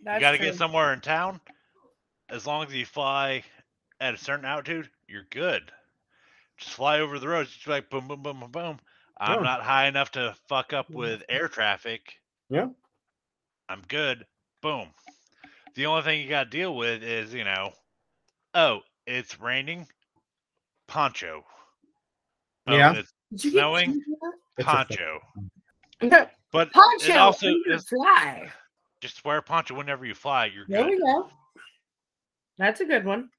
Speaker 2: That's
Speaker 3: you got to
Speaker 2: true.
Speaker 3: get somewhere in town. As long as you fly at a certain altitude, you're good. Just fly over the roads. Just like boom, boom, boom, boom, boom. I'm
Speaker 1: Yeah.
Speaker 3: not high enough to fuck up
Speaker 1: Mhm.
Speaker 3: with air traffic.
Speaker 1: Yeah.
Speaker 3: I'm good. Boom. The only thing you got to deal with is, you know, oh, it's raining. Poncho. Oh,
Speaker 1: Yeah.
Speaker 3: It's
Speaker 2: Did you get
Speaker 3: snowing?
Speaker 2: cheaper?
Speaker 1: It's a thing.
Speaker 3: poncho.
Speaker 2: No, *laughs*
Speaker 3: But
Speaker 2: Poncho,
Speaker 3: it also
Speaker 2: we can
Speaker 3: is
Speaker 2: fly.
Speaker 3: just wear a poncho whenever you fly. You're
Speaker 2: There we
Speaker 3: good.
Speaker 2: go. That's a good one.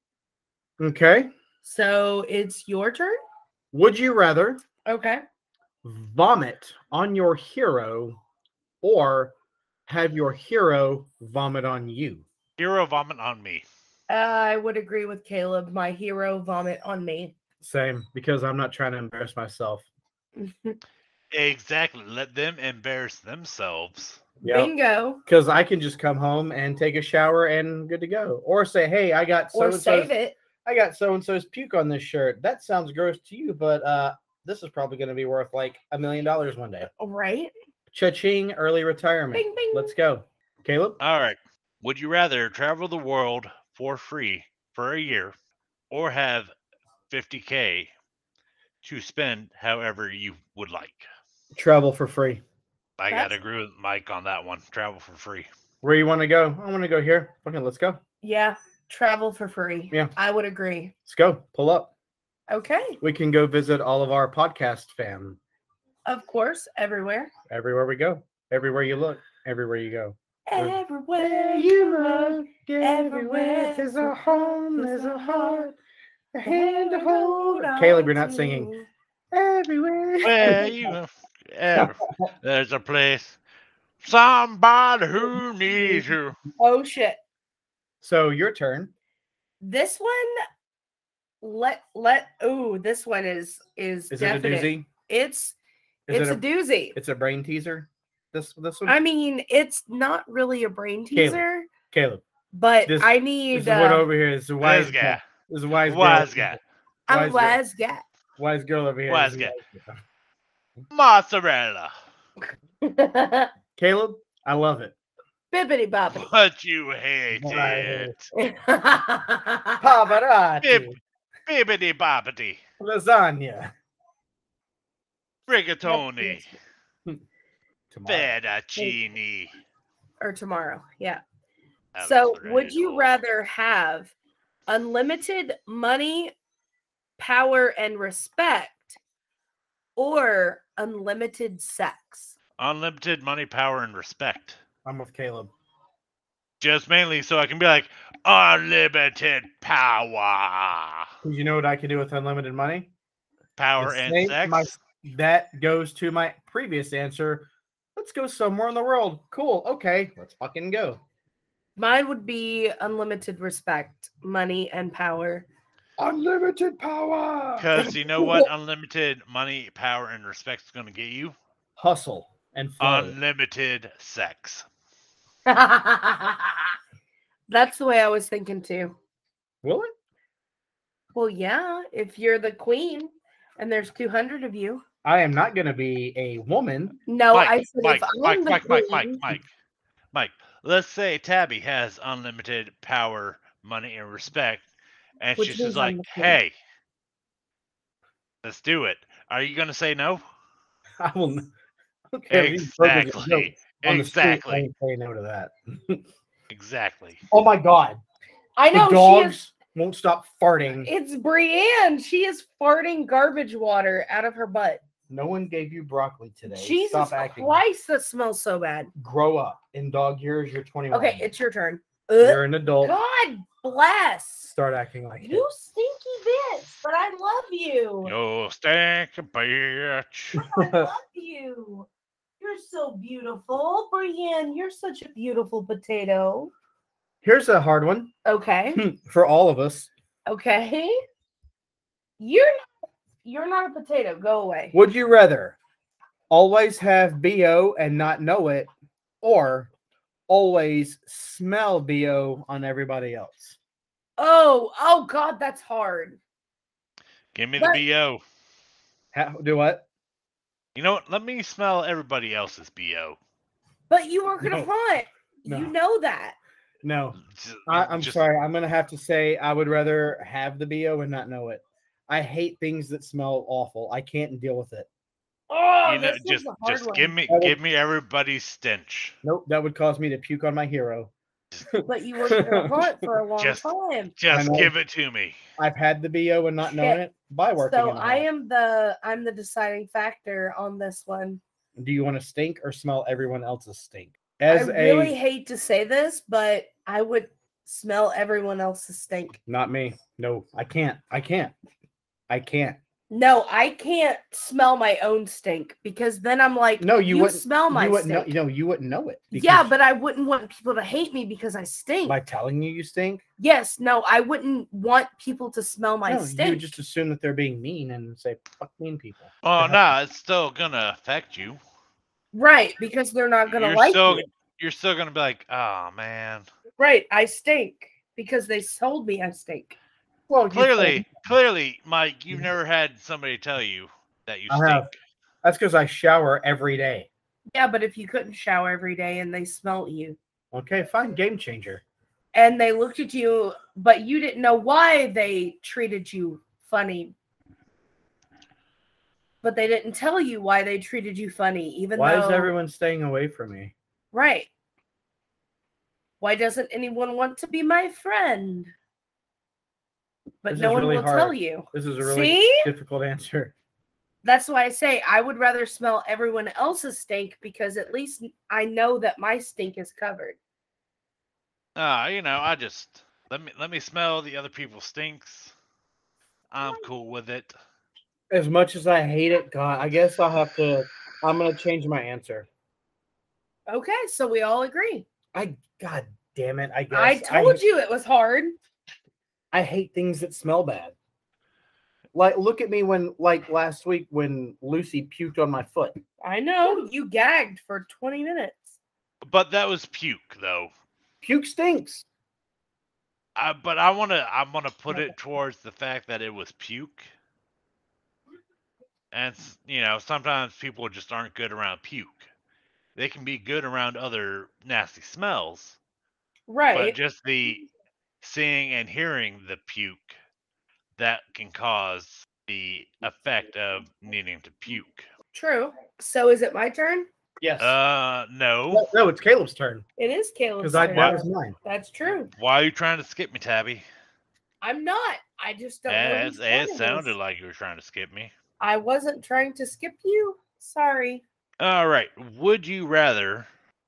Speaker 1: Okay.
Speaker 2: So it's your turn.
Speaker 1: Would you rather
Speaker 2: Okay.
Speaker 1: vomit on your hero or have your hero vomit on you.
Speaker 3: Hero vomit on me.
Speaker 2: I would agree with Caleb. My hero vomit on me.
Speaker 1: Same, because I'm not trying to embarrass myself.
Speaker 3: Exactly. Let them embarrass themselves.
Speaker 2: Bingo.
Speaker 1: Because I can just come home and take a shower and good to go. Or say, hey, I got so
Speaker 2: Or
Speaker 1: and
Speaker 2: save
Speaker 1: so's
Speaker 2: it.
Speaker 1: I got so and so's puke on this shirt. That sounds gross to you, but uh this is probably gonna be worth like a million dollars one day.
Speaker 2: Right?
Speaker 1: Cha-ching, early retirement.
Speaker 2: Bing bing.
Speaker 1: Let's go. Caleb?
Speaker 3: All right. Would you rather travel the world for free for a year or have 50K to spend however you would like?
Speaker 1: Travel for free.
Speaker 3: I got to
Speaker 2: That's-
Speaker 3: agree with Mike on that one. Travel for free.
Speaker 1: Where you want to go? I want to go here. Okay, let's go.
Speaker 2: Yeah. Travel for free.
Speaker 1: Yeah.
Speaker 2: I would agree.
Speaker 1: Let's go. Pull up.
Speaker 2: Okay.
Speaker 1: we can go visit all of our podcast fam
Speaker 2: Of course. Everywhere.
Speaker 1: everywhere we go, everywhere you look, everywhere you go. Where-
Speaker 2: Everywhere everywhere there's a
Speaker 1: home,
Speaker 2: there's a heart,
Speaker 1: a
Speaker 2: Caleb,
Speaker 1: Caleb, you're not singing. Everywhere.
Speaker 3: *laughs* Where
Speaker 2: *laughs*
Speaker 3: you ever, there's a place. Somebody who needs you.
Speaker 2: Oh shit.
Speaker 1: So your turn.
Speaker 2: This one let let oh, this one is is,
Speaker 1: Is it
Speaker 2: definite.
Speaker 1: a doozy?
Speaker 2: It's
Speaker 1: Is
Speaker 2: it's
Speaker 1: it
Speaker 2: a,
Speaker 1: a,
Speaker 2: doozy.
Speaker 1: it's a brain teaser. This this one.
Speaker 2: I mean, it's not really a brain
Speaker 1: Caleb,
Speaker 2: teaser,
Speaker 1: Caleb.
Speaker 2: but
Speaker 1: this-
Speaker 2: I
Speaker 1: This
Speaker 2: need
Speaker 1: is what
Speaker 2: uh,
Speaker 1: over here is a wise
Speaker 3: Wise
Speaker 1: guy.
Speaker 3: guy.
Speaker 1: This is a wise girl.
Speaker 3: Wise guy.
Speaker 2: I'm
Speaker 1: wise
Speaker 2: Laz Gat.
Speaker 1: Wise girl over here.
Speaker 3: Wise
Speaker 1: is a
Speaker 3: guy.
Speaker 1: guy.
Speaker 3: Mozzarella.
Speaker 2: Bibbity
Speaker 1: Caleb, I love it.
Speaker 2: bobbity.
Speaker 3: But you hate
Speaker 1: Right.
Speaker 3: it.
Speaker 1: Pavarotti,
Speaker 3: Bibbidi bobbidi.
Speaker 1: lasagna.
Speaker 3: Rigatoni.
Speaker 1: Tomorrow.
Speaker 3: Fettuccine.
Speaker 2: *laughs* or tomorrow. Yeah.
Speaker 3: That
Speaker 2: So,
Speaker 3: looks
Speaker 2: would you
Speaker 3: delicious.
Speaker 2: rather have unlimited money power and respect or unlimited sex.
Speaker 3: Unlimited money, power, and respect.
Speaker 1: I'm with Caleb.
Speaker 3: Just mainly so I can be like, unlimited power.
Speaker 1: 'Cause You know what I can do with unlimited money?
Speaker 3: Power
Speaker 1: The
Speaker 3: and
Speaker 1: same-
Speaker 3: sex.
Speaker 1: my- that goes to my previous answer. Let's go somewhere in the world. Cool. Okay. Let's fucking go.
Speaker 2: Mine would be unlimited respect, money,
Speaker 1: *laughs*
Speaker 2: and power.
Speaker 1: Unlimited power.
Speaker 3: Because you know what? Unlimited money, power, and respect is going to get you
Speaker 1: Hustle and fun.
Speaker 3: unlimited sex.
Speaker 2: That's the way I was thinking too.
Speaker 1: Will it?
Speaker 2: Well, yeah, if you're the queen and there's 200 of you.
Speaker 1: I am not going to be a woman. *laughs*
Speaker 2: No,
Speaker 3: Mike,
Speaker 2: I said
Speaker 3: Mike,
Speaker 2: if I'm
Speaker 3: Mike,
Speaker 2: the
Speaker 3: Mike, Mike, Mike,
Speaker 2: queen-
Speaker 3: Mike, Mike. Let's say Tabby has unlimited power, money, and respect, and
Speaker 2: Which
Speaker 3: she's
Speaker 2: means
Speaker 3: just
Speaker 2: I'm
Speaker 3: like,
Speaker 2: the queen.
Speaker 3: "Hey, let's do it." Are you going to say no?
Speaker 1: I will. n- Okay. these burgers are a joke.
Speaker 3: Exactly.
Speaker 1: On the street, I
Speaker 3: Exactly.
Speaker 1: ain't saying no to that.
Speaker 2: *laughs*
Speaker 3: Exactly.
Speaker 1: Oh my God.
Speaker 2: I
Speaker 1: The
Speaker 2: know she
Speaker 1: dogs
Speaker 2: is.
Speaker 1: won't stop farting.
Speaker 2: It's Brienne. She is farting garbage water out of her butt.
Speaker 1: No one gave you broccoli today.
Speaker 2: Jesus
Speaker 1: Stop acting.
Speaker 2: Christ, that smells so bad.
Speaker 1: Grow up. In dog years, you're 21.
Speaker 2: Okay, it's your turn. Ugh.
Speaker 1: you're an adult.
Speaker 2: God bless.
Speaker 1: Start acting like it.
Speaker 2: You stinky bitch, but I love you.
Speaker 3: Yo, stank, bitch.
Speaker 2: I love you. You're so beautiful, Brienne. You're such a beautiful potato.
Speaker 1: Here's a hard one
Speaker 2: Okay.
Speaker 1: for all of us.
Speaker 2: Okay. You're not, you're not a potato. Go away.
Speaker 1: Would you rather always have BO and not know it, or always smell BO on everybody else?
Speaker 2: Oh, oh God, that's hard.
Speaker 3: Give me the
Speaker 2: But-
Speaker 3: bo.
Speaker 1: How, do what?
Speaker 3: You know what? Let me smell everybody else's bo.
Speaker 2: But you were gonna
Speaker 1: No.
Speaker 2: hunt. You
Speaker 1: No.
Speaker 2: know that.
Speaker 1: No.
Speaker 3: J-
Speaker 1: I, I'm
Speaker 3: just-
Speaker 1: sorry. I'm going to have to say I would rather have the BO and not know it. I hate things that smell awful. I can't deal with it.
Speaker 2: Oh,
Speaker 3: You know,
Speaker 2: this
Speaker 3: just
Speaker 2: is a hard
Speaker 3: just
Speaker 2: one.
Speaker 3: give me
Speaker 1: I would-
Speaker 3: give me everybody's stench.
Speaker 1: Nope. That would cause me to puke on my hero.
Speaker 2: But you were
Speaker 3: *laughs*
Speaker 2: gonna hunt for a long
Speaker 3: Just-
Speaker 2: time.
Speaker 3: Just
Speaker 1: know.
Speaker 3: give it to me.
Speaker 1: I've had the BO and not knowing
Speaker 2: Shit.
Speaker 1: it by working.
Speaker 2: So
Speaker 1: in a
Speaker 2: I
Speaker 1: lab.
Speaker 2: am the I'm the deciding factor on this one.
Speaker 1: Do you want to stink or smell everyone else's stink? As
Speaker 2: I really
Speaker 1: a
Speaker 2: hate to say this, but I would smell everyone else's stink.
Speaker 1: not me. No, I can't. I can't. I can't.
Speaker 2: No, I can't smell my own stink because then I'm like,
Speaker 1: No, you wouldn't-
Speaker 2: smell my
Speaker 1: you wouldn't know.
Speaker 2: stink.
Speaker 1: No, you wouldn't know it.
Speaker 2: yeah,
Speaker 1: because
Speaker 2: but I wouldn't want people to hate me because I stink.
Speaker 1: by telling you you stink,
Speaker 2: Yes, no, I wouldn't want people to smell my
Speaker 1: no, you
Speaker 2: stink.
Speaker 1: would just assume that they're being mean and say fuck mean people. Yeah.
Speaker 3: Oh no, it's still gonna affect you.
Speaker 2: Right, because they're not gonna
Speaker 3: you're
Speaker 2: like
Speaker 3: still
Speaker 2: it.
Speaker 3: you're still gonna be like, oh man.
Speaker 2: Right, I stink because they told me I stink.
Speaker 1: Well, you told
Speaker 3: Clearly,
Speaker 1: me.
Speaker 3: clearly, Mike, you've
Speaker 1: Mhm.
Speaker 3: never had somebody tell you that you
Speaker 1: I have.
Speaker 3: stink.
Speaker 1: that's because I shower every day.
Speaker 2: Yeah, but if you couldn't shower every day and they smelt you
Speaker 1: Okay, fine, game changer.
Speaker 2: and they looked at you, but you didn't know why they treated you funny. But they didn't tell you why they treated you funny, even
Speaker 1: Why
Speaker 2: though
Speaker 1: is everyone staying away from me?
Speaker 2: right. Why doesn't anyone want to be my friend? But
Speaker 1: This
Speaker 2: no
Speaker 1: is
Speaker 2: one
Speaker 1: really
Speaker 2: will tell
Speaker 1: hard.
Speaker 2: you.
Speaker 1: This is a really
Speaker 2: See?
Speaker 1: difficult answer.
Speaker 2: That's why I say I would rather smell everyone else's stink because at least I know that my stink is covered.
Speaker 3: Ah, you know, I just let me let me smell the other people's stinks. I'm cool with it.
Speaker 1: As much as I hate it, God, I guess I'll have to. I'm gonna change my answer.
Speaker 2: Okay, so we all agree.
Speaker 1: I God damn it! I guess
Speaker 2: I told
Speaker 1: hate-
Speaker 2: you it was hard.
Speaker 1: I hate things that smell bad. Like, look at me when, like, last week when Lucy puked on my foot.
Speaker 2: I know you gagged for 20 minutes.
Speaker 3: But that was puke though.
Speaker 1: Puke stinks.
Speaker 3: I, but I want to I want to put it towards the fact that it was puke. And s- you know, sometimes people just aren't good around puke. They can be good around other nasty smells, but
Speaker 2: Right.
Speaker 3: just the seeing and hearing the puke that can cause the effect of needing to puke.
Speaker 2: True. So is it my turn?
Speaker 1: Yes.
Speaker 3: Uh no.
Speaker 1: no, no, it's Caleb's turn
Speaker 2: It is Caleb's
Speaker 1: because I
Speaker 2: turn.
Speaker 1: that was mine.
Speaker 2: That's true.
Speaker 3: Why are you trying to skip me, Tabby?
Speaker 2: I'm not. I just don't. know
Speaker 3: Yeah,
Speaker 2: whose
Speaker 3: it's- it
Speaker 2: phone is.
Speaker 3: sounded like you were trying to skip me.
Speaker 2: I wasn't trying to skip you. Sorry.
Speaker 3: All right. Would you rather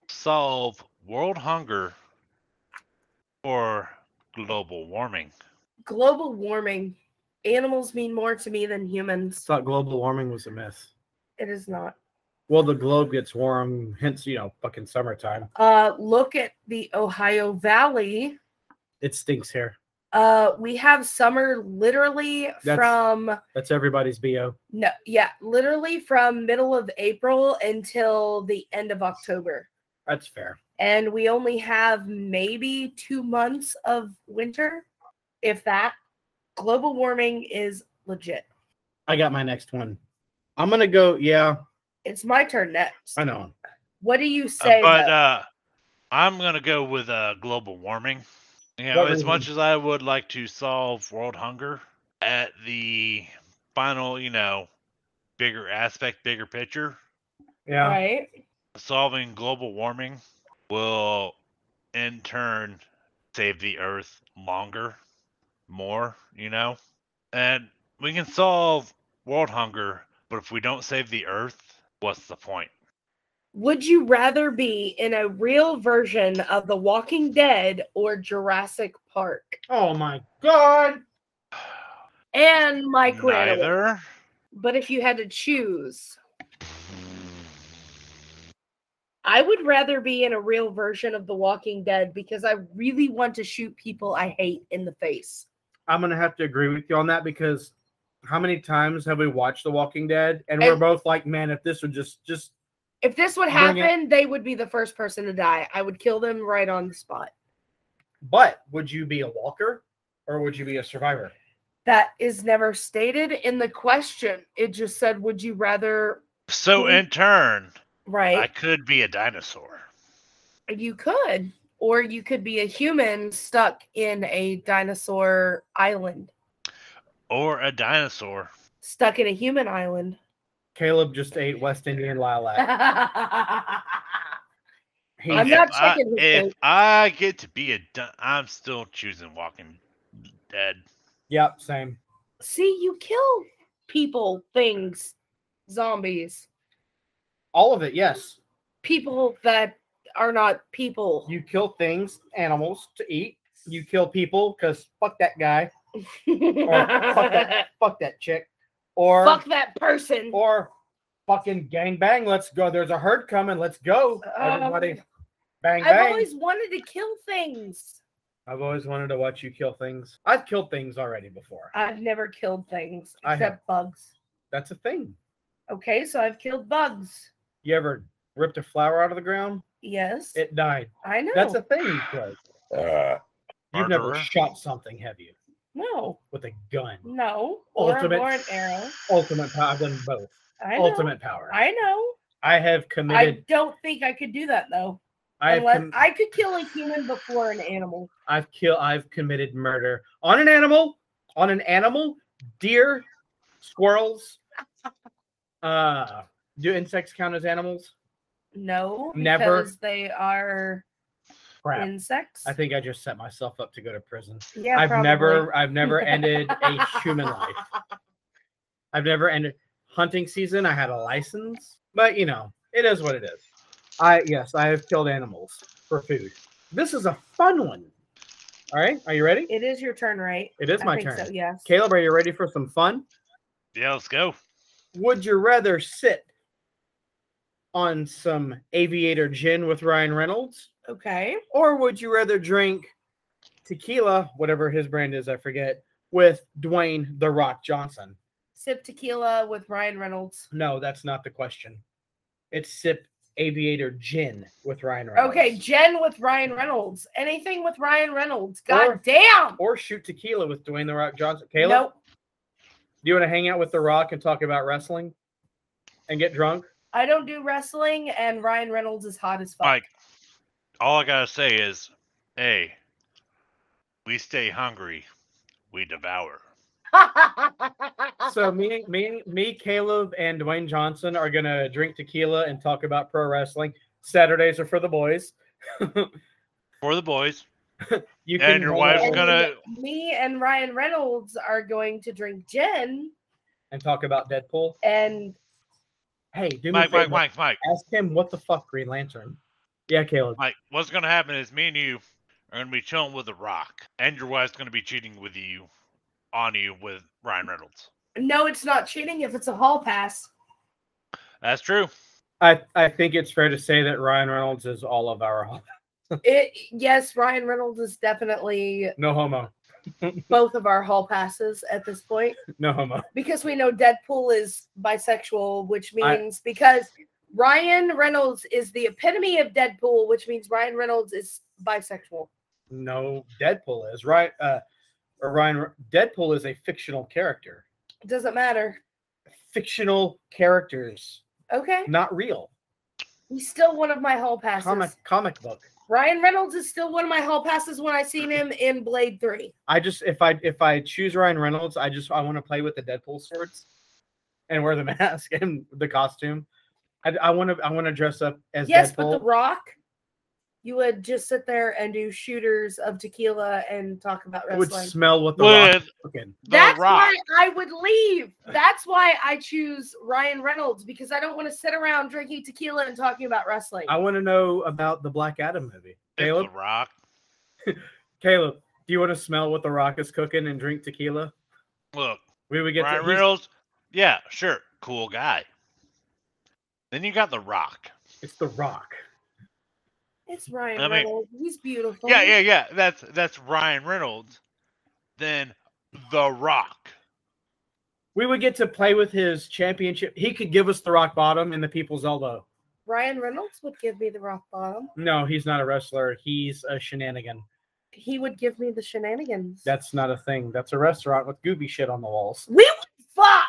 Speaker 3: solve world hunger or global warming?
Speaker 2: Global warming. Animals mean more to me than humans.
Speaker 1: thought global warming was a myth.
Speaker 2: It is not.
Speaker 1: Well, the globe gets warm, hence you know fucking summertime.
Speaker 2: Uh, look at the Ohio Valley.
Speaker 1: It stinks here.
Speaker 2: Uh, we have summer literally
Speaker 1: That's-
Speaker 2: from
Speaker 1: That's everybody's bo.
Speaker 2: No, yeah, literally from middle of April until the end of October.
Speaker 1: That's fair.
Speaker 2: And we only have maybe 2 months of winter if that. Global warming is legit.
Speaker 1: I got my next one. I'm gonna go. Yeah,
Speaker 2: It's my turn next.
Speaker 1: I know.
Speaker 2: What do you
Speaker 3: Uh,
Speaker 2: say?
Speaker 3: but
Speaker 2: though?
Speaker 3: uh, I'm gonna go with uh, global warming. You know,
Speaker 1: What
Speaker 3: as
Speaker 1: reason?
Speaker 3: much as I would like to solve world hunger at the final, you know, bigger aspect, bigger picture,
Speaker 1: Yeah,
Speaker 2: Right?
Speaker 3: solving global warming will in turn save the earth longer, more, you know? And we can solve world hunger, but if we don't save the earth, what's the point?
Speaker 2: Would you rather be in a real version of The Walking Dead or Jurassic Park?
Speaker 1: Oh my god.
Speaker 2: And microwave.
Speaker 3: Neither.
Speaker 2: But if you had to choose, I would rather be in a real version of The Walking Dead because I really want to shoot people I hate in the face.
Speaker 1: I'm gonna have to agree with you on that because how many times have we watched The Walking Dead and we're
Speaker 2: And-
Speaker 1: both like, man, if this would just just
Speaker 2: If this would
Speaker 1: Bring it.
Speaker 2: happen, they would be the first person to die. I would kill them right on the spot.
Speaker 1: But would you be a walker or would you be a survivor?
Speaker 2: That is never stated in the question. It just said, would you rather?
Speaker 3: So in turn, I
Speaker 2: Right.
Speaker 3: could be a dinosaur.
Speaker 2: You could. Or you could be a human stuck in a dinosaur island,
Speaker 3: Or a dinosaur.
Speaker 2: stuck in a human island. *laughs*
Speaker 1: Caleb just ate West Indian lilac. He,
Speaker 2: I'm
Speaker 3: If
Speaker 2: not
Speaker 3: I-
Speaker 2: checking his
Speaker 3: If
Speaker 2: face.
Speaker 3: I get to be a di- I'm still choosing Walking Dead.
Speaker 1: yep, same.
Speaker 2: See, you kill people, things, zombies.
Speaker 1: All of it, yes.
Speaker 2: people that are not people.
Speaker 1: You kill things, animals to eat. You
Speaker 2: *laughs*
Speaker 1: kill people because fuck that guy, Oh, fuck
Speaker 2: *laughs*
Speaker 1: that. fuck that chick, or
Speaker 2: Fuck that person.
Speaker 1: or fucking gang bang. Let's go. There's a herd coming. Let's go.
Speaker 2: Um,
Speaker 1: Everybody, bang
Speaker 2: I've
Speaker 1: bang.
Speaker 2: always wanted to kill things.
Speaker 1: I've always wanted to watch you kill things. I've killed things already before.
Speaker 2: I've never killed things
Speaker 1: I have.
Speaker 2: except bugs.
Speaker 1: That's a thing.
Speaker 2: Okay, so I've killed bugs.
Speaker 1: You ever ripped a flower out of the ground?
Speaker 2: Yes,
Speaker 1: It died.
Speaker 2: I know.
Speaker 1: That's a thing you play. You've never
Speaker 3: Murderer.
Speaker 1: shot something, have you?
Speaker 2: no,
Speaker 1: With a gun.
Speaker 2: no, or,
Speaker 1: Ultimate-
Speaker 2: or an arrow.
Speaker 1: Ultimate power. I've done both.
Speaker 2: I know.
Speaker 1: Ultimate power. I,
Speaker 2: I know.
Speaker 1: have
Speaker 2: I
Speaker 1: committed.
Speaker 2: don't think I could do that though.
Speaker 1: I, have
Speaker 2: unless
Speaker 1: com-
Speaker 2: I could kill a human before an animal.
Speaker 1: I've killed. I've committed murder on an animal. On an animal, deer, squirrels. Uh, do insects count as animals?
Speaker 2: No,
Speaker 1: Never.
Speaker 2: because they are
Speaker 1: Crap.
Speaker 2: insects.
Speaker 1: I think I just set myself up to go to prison.
Speaker 2: yeah,
Speaker 1: I've
Speaker 2: probably.
Speaker 1: never. I've never ended a human
Speaker 2: *laughs*
Speaker 1: life. I've never ended hunting season. I had a license, but you know, it is what it is. I yes, I have killed animals for food. This is a fun one. All right, are you ready?
Speaker 2: It is your turn, right?
Speaker 1: It is
Speaker 2: I
Speaker 1: my
Speaker 2: think
Speaker 1: turn.
Speaker 2: So, yes.
Speaker 1: Caleb, are you ready for some fun?
Speaker 3: Yeah, let's go.
Speaker 1: Would you rather sit on some aviator gin with Ryan Reynolds,
Speaker 2: Okay.
Speaker 1: or would you rather drink tequila, whatever his brand is, I forget, with Dwayne the Rock Johnson?
Speaker 2: Sip tequila with Ryan Reynolds.
Speaker 1: No, that's not the question. It's sip aviator gin with Ryan Reynolds.
Speaker 2: Okay, Jen with Ryan Reynolds. Anything with Ryan Reynolds. God
Speaker 1: Or-
Speaker 2: damn.
Speaker 1: Or shoot tequila with Dwayne the Rock Johnson. Caleb, do you want to hang out with the Rock and talk about wrestling and get drunk?
Speaker 2: I don't do wrestling, and Ryan Reynolds is hot as fuck.
Speaker 3: Mike, all I gotta say is, hey, we stay hungry, we devour.
Speaker 2: *laughs* Uh-huh.
Speaker 1: So me, me, me, Caleb, and Dwayne Johnson are gonna drink tequila and talk about pro wrestling. Saturdays are for the boys.
Speaker 3: For the boys,
Speaker 1: You
Speaker 3: And your wife's
Speaker 1: hold
Speaker 3: gonna-
Speaker 2: Me and Ryan Reynolds are going to drink gin
Speaker 1: and talk about Deadpool.
Speaker 2: and
Speaker 1: Hey, do me a
Speaker 3: Mike,
Speaker 1: favor.
Speaker 3: Mike, Mike, Mike,
Speaker 1: Ask him what the fuck Green Lantern. Yeah, Caleb.
Speaker 3: Mike. What's gonna happen is me and you are gonna be chilling with The Rock, and your wife's gonna be cheating with you, on you with Ryan Reynolds.
Speaker 2: no, it's not cheating if it's a hall pass.
Speaker 3: That's true.
Speaker 1: I I think it's fair to say that Ryan Reynolds is all of our
Speaker 2: It yes, Ryan Reynolds
Speaker 1: *laughs*
Speaker 2: is definitely
Speaker 1: no homo,
Speaker 2: both of our hall passes at this point
Speaker 1: no homo.
Speaker 2: because we know Deadpool is bisexual, which
Speaker 1: I-
Speaker 2: means because Ryan Reynolds is the epitome of Deadpool, which means Ryan Reynolds is bisexual.
Speaker 1: No, Deadpool is right. Uh, or Ryan Deadpool is a fictional character.
Speaker 2: It doesn't matter.
Speaker 1: Fictional characters,
Speaker 2: Okay.
Speaker 1: not real.
Speaker 2: He's still one of my hall passes.
Speaker 1: Comic comic book.
Speaker 2: Ryan Reynolds is still one of my hall passes when I seen him in Blade 3.
Speaker 1: I just if I if I choose Ryan Reynolds, I just I want to play with the Deadpool swords and wear the *laughs* mask and the costume. I I want to I want to dress up as
Speaker 2: yes,
Speaker 1: Deadpool.
Speaker 2: but The Rock, you would just sit there and do shooters of tequila and talk about
Speaker 1: I would
Speaker 2: wrestling.
Speaker 1: smell what the rock
Speaker 3: With
Speaker 1: is cooking.
Speaker 3: The
Speaker 2: That's
Speaker 3: Rock.
Speaker 2: why I would leave. That's why I choose Ryan Reynolds because I don't want to sit around drinking tequila and talking about wrestling.
Speaker 1: I want to know about the Black Adam movie.
Speaker 3: It's
Speaker 1: Caleb,
Speaker 3: The Rock.
Speaker 1: Caleb, do you want to smell what the Rock is cooking and drink tequila?
Speaker 3: Look,
Speaker 1: We would get
Speaker 3: Ryan
Speaker 1: to, he's-
Speaker 3: Reynolds. Yeah, sure, cool guy. Then you got The Rock.
Speaker 1: It's the Rock.
Speaker 2: it's Ryan
Speaker 3: I mean-
Speaker 2: Reynolds. He's beautiful.
Speaker 3: Yeah, yeah, yeah. That's that's Ryan Reynolds. Then The Rock.
Speaker 1: We would get to play with his championship. He could give us the rock bottom and the people's elbow.
Speaker 2: Ryan Reynolds would give me the rock bottom.
Speaker 1: No, he's not a wrestler. He's a shenanigan.
Speaker 2: He would give me the shenanigans.
Speaker 1: That's not a thing. That's a restaurant with gooby shit on the walls.
Speaker 2: we would fuck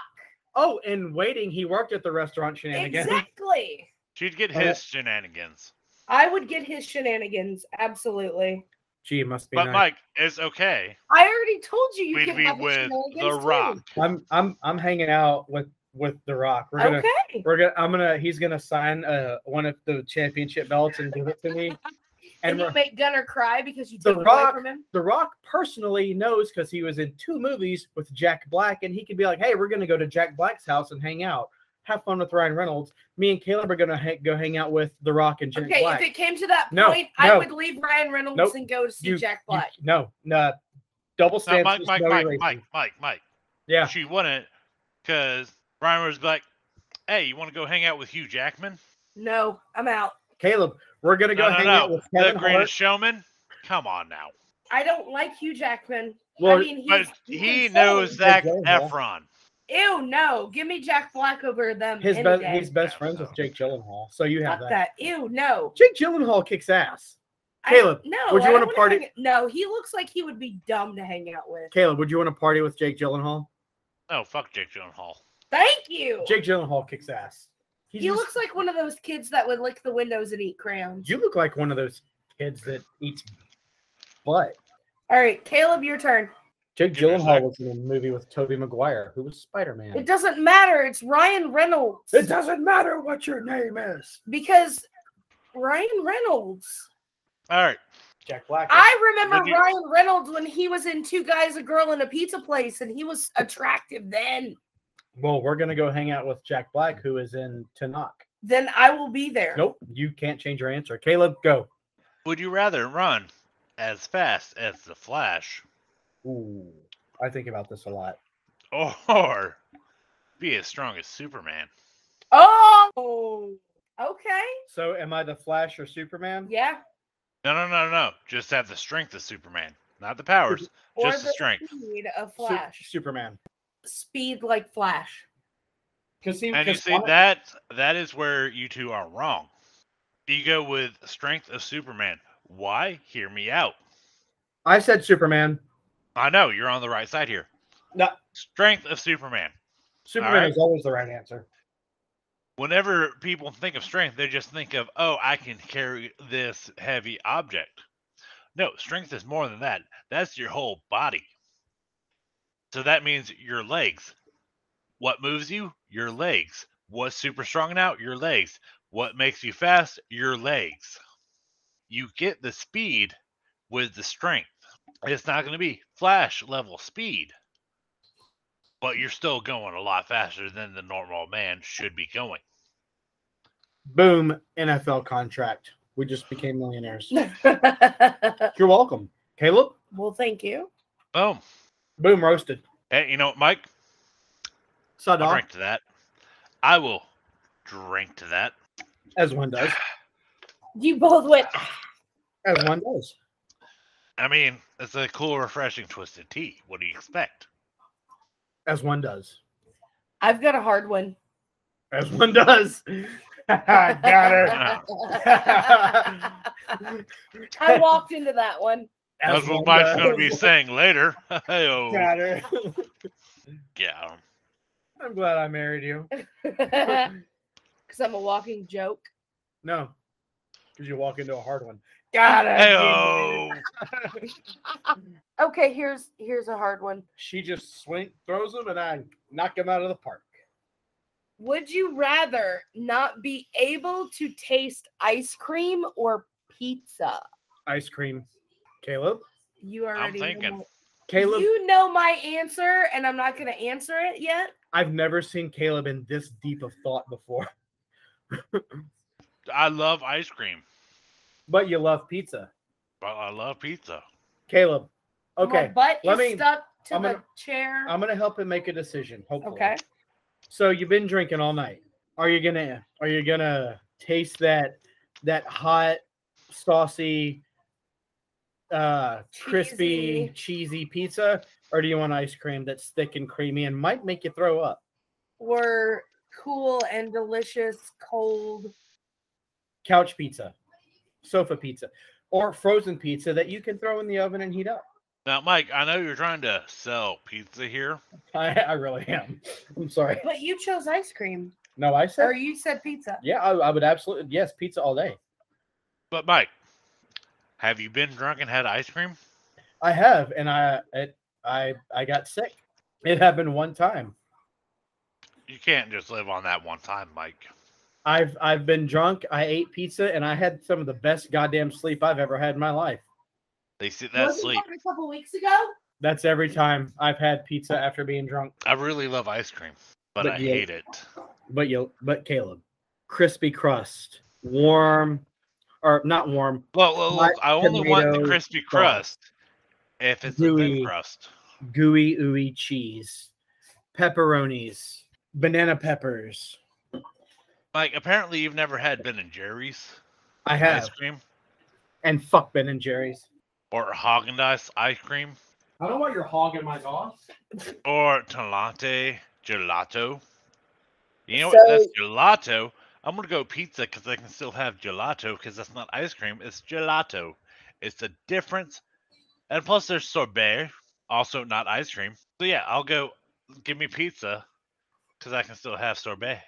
Speaker 1: Oh, and waiting, he worked at the restaurant shenanigan.
Speaker 2: exactly.
Speaker 3: She'd get
Speaker 1: Oh, yeah.
Speaker 3: his shenanigans.
Speaker 2: I would get his shenanigans absolutely.
Speaker 1: Gee, it must be
Speaker 3: But
Speaker 1: nice.
Speaker 3: Mike, it's okay.
Speaker 2: I already told you you
Speaker 3: We'd
Speaker 2: can
Speaker 3: be
Speaker 2: have
Speaker 3: with
Speaker 2: shenanigans
Speaker 3: The
Speaker 2: too.
Speaker 3: Rock.
Speaker 1: I'm I'm I'm hanging out with with the rock. We're gonna
Speaker 2: Okay.
Speaker 1: We're gonna. I'm gonna. He's gonna sign uh one of the championship belts and give it to me.
Speaker 2: *laughs* And
Speaker 1: And
Speaker 2: you
Speaker 1: we're,
Speaker 2: make Gunner cry because you
Speaker 1: The
Speaker 2: took it away
Speaker 1: Rock-
Speaker 2: from him.
Speaker 1: The Rock personally knows because he was in two movies with Jack Black, and he could be like, "Hey, we're gonna go to Jack Black's house and hang out, have fun with Ryan Reynolds. Me and Caleb are gonna ha- go hang out with The Rock and Jack
Speaker 2: Okay,
Speaker 1: Black."
Speaker 2: if it came to that point,
Speaker 1: No,
Speaker 2: I
Speaker 1: no.
Speaker 2: would leave Ryan Reynolds
Speaker 1: Nope.
Speaker 2: and go to see
Speaker 1: You-
Speaker 2: Jack
Speaker 1: You-
Speaker 2: Black.
Speaker 1: no, no, double
Speaker 3: Now,
Speaker 1: standards.
Speaker 3: Mike, Mike,
Speaker 1: no
Speaker 3: Mike,
Speaker 1: erasing.
Speaker 3: Mike, Mike, Mike.
Speaker 1: Yeah,
Speaker 3: She wouldn't, because Ryan Reynolds would be like, "Hey, you want to go hang out with Hugh Jackman?
Speaker 2: no, I'm out.
Speaker 1: Caleb, we're gonna go
Speaker 3: no, no,
Speaker 1: hang out
Speaker 3: no.
Speaker 1: with
Speaker 3: The
Speaker 1: Kevin
Speaker 3: Greatest
Speaker 1: Hart.
Speaker 3: Showman. Come on now.
Speaker 2: I don't like Hugh Jackman. I
Speaker 1: Well,
Speaker 2: mean, he's,
Speaker 3: But
Speaker 2: he's
Speaker 3: he
Speaker 2: insane.
Speaker 3: knows Zach
Speaker 1: James Hall.
Speaker 3: Efron.
Speaker 2: Ew, no. Give me Jack Black over them.
Speaker 1: his
Speaker 2: any
Speaker 1: best,
Speaker 2: day.
Speaker 1: he's best
Speaker 3: Yeah,
Speaker 1: friends
Speaker 3: so.
Speaker 1: with Jake Gyllenhaal, so you have
Speaker 2: Fuck
Speaker 1: that.
Speaker 2: that. Ew, no.
Speaker 1: Jake Gyllenhaal kicks ass.
Speaker 2: I-
Speaker 1: Caleb,
Speaker 2: no.
Speaker 1: would you
Speaker 2: I
Speaker 1: wanna
Speaker 2: don't wanna
Speaker 1: party-
Speaker 2: hang- no, he looks like he would be dumb to hang out with.
Speaker 1: Caleb, would you want to party with Jake Gyllenhaal?
Speaker 3: No, Oh, fuck Jake Gyllenhaal.
Speaker 2: Thank you.
Speaker 1: Jake Gyllenhaal kicks ass. He's
Speaker 2: he
Speaker 1: just-
Speaker 2: looks like one of those kids that would lick the windows and eat crayons.
Speaker 1: You look like one of those kids that eats butt.
Speaker 2: All right, Caleb, your turn.
Speaker 1: Jake
Speaker 3: Give me a
Speaker 1: Gyllenhaal
Speaker 3: sec.
Speaker 1: was in a movie with Toby Maguire, who was Spider
Speaker 2: It
Speaker 1: Man.
Speaker 2: doesn't matter. It's Ryan Reynolds.
Speaker 1: It doesn't matter what your name is.
Speaker 2: because Ryan Reynolds.
Speaker 3: All right.
Speaker 1: Jack Black.
Speaker 2: I remember
Speaker 3: Would you-
Speaker 2: Ryan Reynolds when he was in Two Guys, a Girl, and a Pizza Place, and he was attractive then.
Speaker 1: well, we're gonna go hang out with Jack Black, who is in Tanakh.
Speaker 2: Then I will be there.
Speaker 1: Nope, you can't change your answer. Caleb, go.
Speaker 3: Would you rather run as fast as the Flash
Speaker 1: Ooh, I think about this a lot.
Speaker 3: or be as strong as Superman?
Speaker 2: Oh, okay.
Speaker 1: So, am I the Flash or Superman?
Speaker 2: Yeah.
Speaker 3: No, no, no, no. Just have the strength of Superman, not the powers,
Speaker 2: Or
Speaker 3: just the
Speaker 2: the
Speaker 3: strength.
Speaker 2: speed of
Speaker 1: Su-
Speaker 2: Flash.
Speaker 1: Superman.
Speaker 2: Speed like Flash. *laughs*
Speaker 1: Because he.
Speaker 3: And you
Speaker 1: 'cause
Speaker 3: see
Speaker 1: Flash-
Speaker 3: that that is where you two are wrong. You go with strength of Superman. Why? Hear me out.
Speaker 1: I said Superman.
Speaker 3: I know you're on the right side here.
Speaker 1: No.
Speaker 3: Strength of Superman.
Speaker 1: Superman
Speaker 3: right.
Speaker 1: is always the right answer.
Speaker 3: Whenever people think of strength, they just think of, oh, I can carry this heavy object. No, strength is more than that. That's your whole body. So that means your legs. What moves you? Your legs. What's super strong now? Your legs. What makes you fast? Your legs. You get the speed with the strength. It's not going to be flash level speed, but you're still going a lot faster than the normal man should be going.
Speaker 1: Boom, NFL contract. We just became millionaires.
Speaker 2: well,
Speaker 1: You're welcome, Caleb.
Speaker 2: thank you.
Speaker 3: Boom.
Speaker 1: Boom, roasted.
Speaker 3: Hey, you know what, Mike? I'll
Speaker 1: Sudok,
Speaker 3: drink to that. I will drink to that.
Speaker 1: as one does,
Speaker 2: You both went.
Speaker 1: as one does.
Speaker 3: I mean, it's a cool, refreshing twisted tea. What do you expect?
Speaker 1: as one does.
Speaker 2: I've got a hard one.
Speaker 1: As
Speaker 3: *laughs*
Speaker 1: one does. *laughs* I got her.
Speaker 2: *laughs* I walked into that one. *laughs*
Speaker 1: As
Speaker 3: That's what
Speaker 1: one
Speaker 3: Mike's
Speaker 1: does. *laughs*
Speaker 3: going to be saying later. *laughs* Hey-oh.
Speaker 1: Got her. *laughs*
Speaker 3: yeah.
Speaker 1: I'm glad I married you.
Speaker 2: Because I'm a walking joke.
Speaker 1: No, because you walk into a hard one. Got her.
Speaker 3: Hey-oh.
Speaker 2: Okay, here's here's a hard one.
Speaker 1: She just swing throws him, and I knock him out of the park.
Speaker 2: Would you rather not be able to taste ice cream or pizza?
Speaker 1: Ice cream. Caleb.
Speaker 2: You already
Speaker 3: thinking.
Speaker 2: Know
Speaker 1: Caleb.
Speaker 2: You know my answer, and I'm not gonna answer it yet.
Speaker 1: I've never seen Caleb in this deep of thought before.
Speaker 3: I love ice cream.
Speaker 1: But you love pizza,
Speaker 3: But I love pizza.
Speaker 1: Caleb.
Speaker 2: My
Speaker 1: Okay,
Speaker 2: butt
Speaker 1: let
Speaker 2: is
Speaker 1: me-
Speaker 2: stuck to
Speaker 1: I'm
Speaker 2: the
Speaker 1: gonna-
Speaker 2: chair.
Speaker 1: I'm gonna help him make a decision. Hopefully.
Speaker 2: okay.
Speaker 1: So you've been drinking all night. Are you gonna are you gonna taste that that hot, saucy, uh crispy,
Speaker 2: Cheesy.
Speaker 1: cheesy pizza? Or do you want ice cream that's thick and creamy and might make you throw up?
Speaker 2: Were cool and delicious cold.
Speaker 1: Couch pizza, sofa pizza, or frozen pizza that you can throw in the oven and heat up. *laughs*
Speaker 3: Now, Mike, I know you're trying to sell pizza here.
Speaker 1: I, I really am. I'm sorry.
Speaker 2: But you chose ice cream,
Speaker 1: No, I said
Speaker 2: or you said pizza.
Speaker 1: yeah, I, I would absolutely yes, pizza all day.
Speaker 3: But, Mike, have you been drunk and had ice cream?
Speaker 1: I have, and I it, I I got sick. It happened one time.
Speaker 3: You can't just live on that one time, Mike.
Speaker 1: I've I've been drunk. I ate pizza, and I had some of the best goddamn sleep I've ever had in my life.
Speaker 3: They sit that
Speaker 2: Wasn't
Speaker 3: sleep.
Speaker 2: that a couple weeks ago.
Speaker 1: That's every time I've had pizza after being drunk.
Speaker 3: I really love ice cream, but,
Speaker 1: But
Speaker 3: I
Speaker 1: you-
Speaker 3: hate it.
Speaker 1: But you, but Caleb, crispy crust, warm, or not warm,
Speaker 3: Well, well,
Speaker 1: Hot
Speaker 3: look, I only want the
Speaker 1: tomato
Speaker 3: crispy
Speaker 1: sauce.
Speaker 3: crust if it's a
Speaker 1: Gooey.
Speaker 3: thin crust.
Speaker 1: gooey ooey cheese, pepperonis, banana peppers.
Speaker 3: Mike, apparently you've never had Ben and Jerry's
Speaker 1: I have,
Speaker 3: ice cream
Speaker 1: and fuck Ben and Jerry's.
Speaker 3: or Haagen Dazs ice cream
Speaker 1: I don't want your hog in my dog.
Speaker 3: or Talante gelato. You know
Speaker 2: So-
Speaker 3: what? That's gelato. I'm gonna go pizza because I can still have gelato because that's not ice cream. It's gelato. It's a difference. And plus, there's sorbet, also not ice cream. So yeah, I'll go. Give me pizza because I can still have sorbet.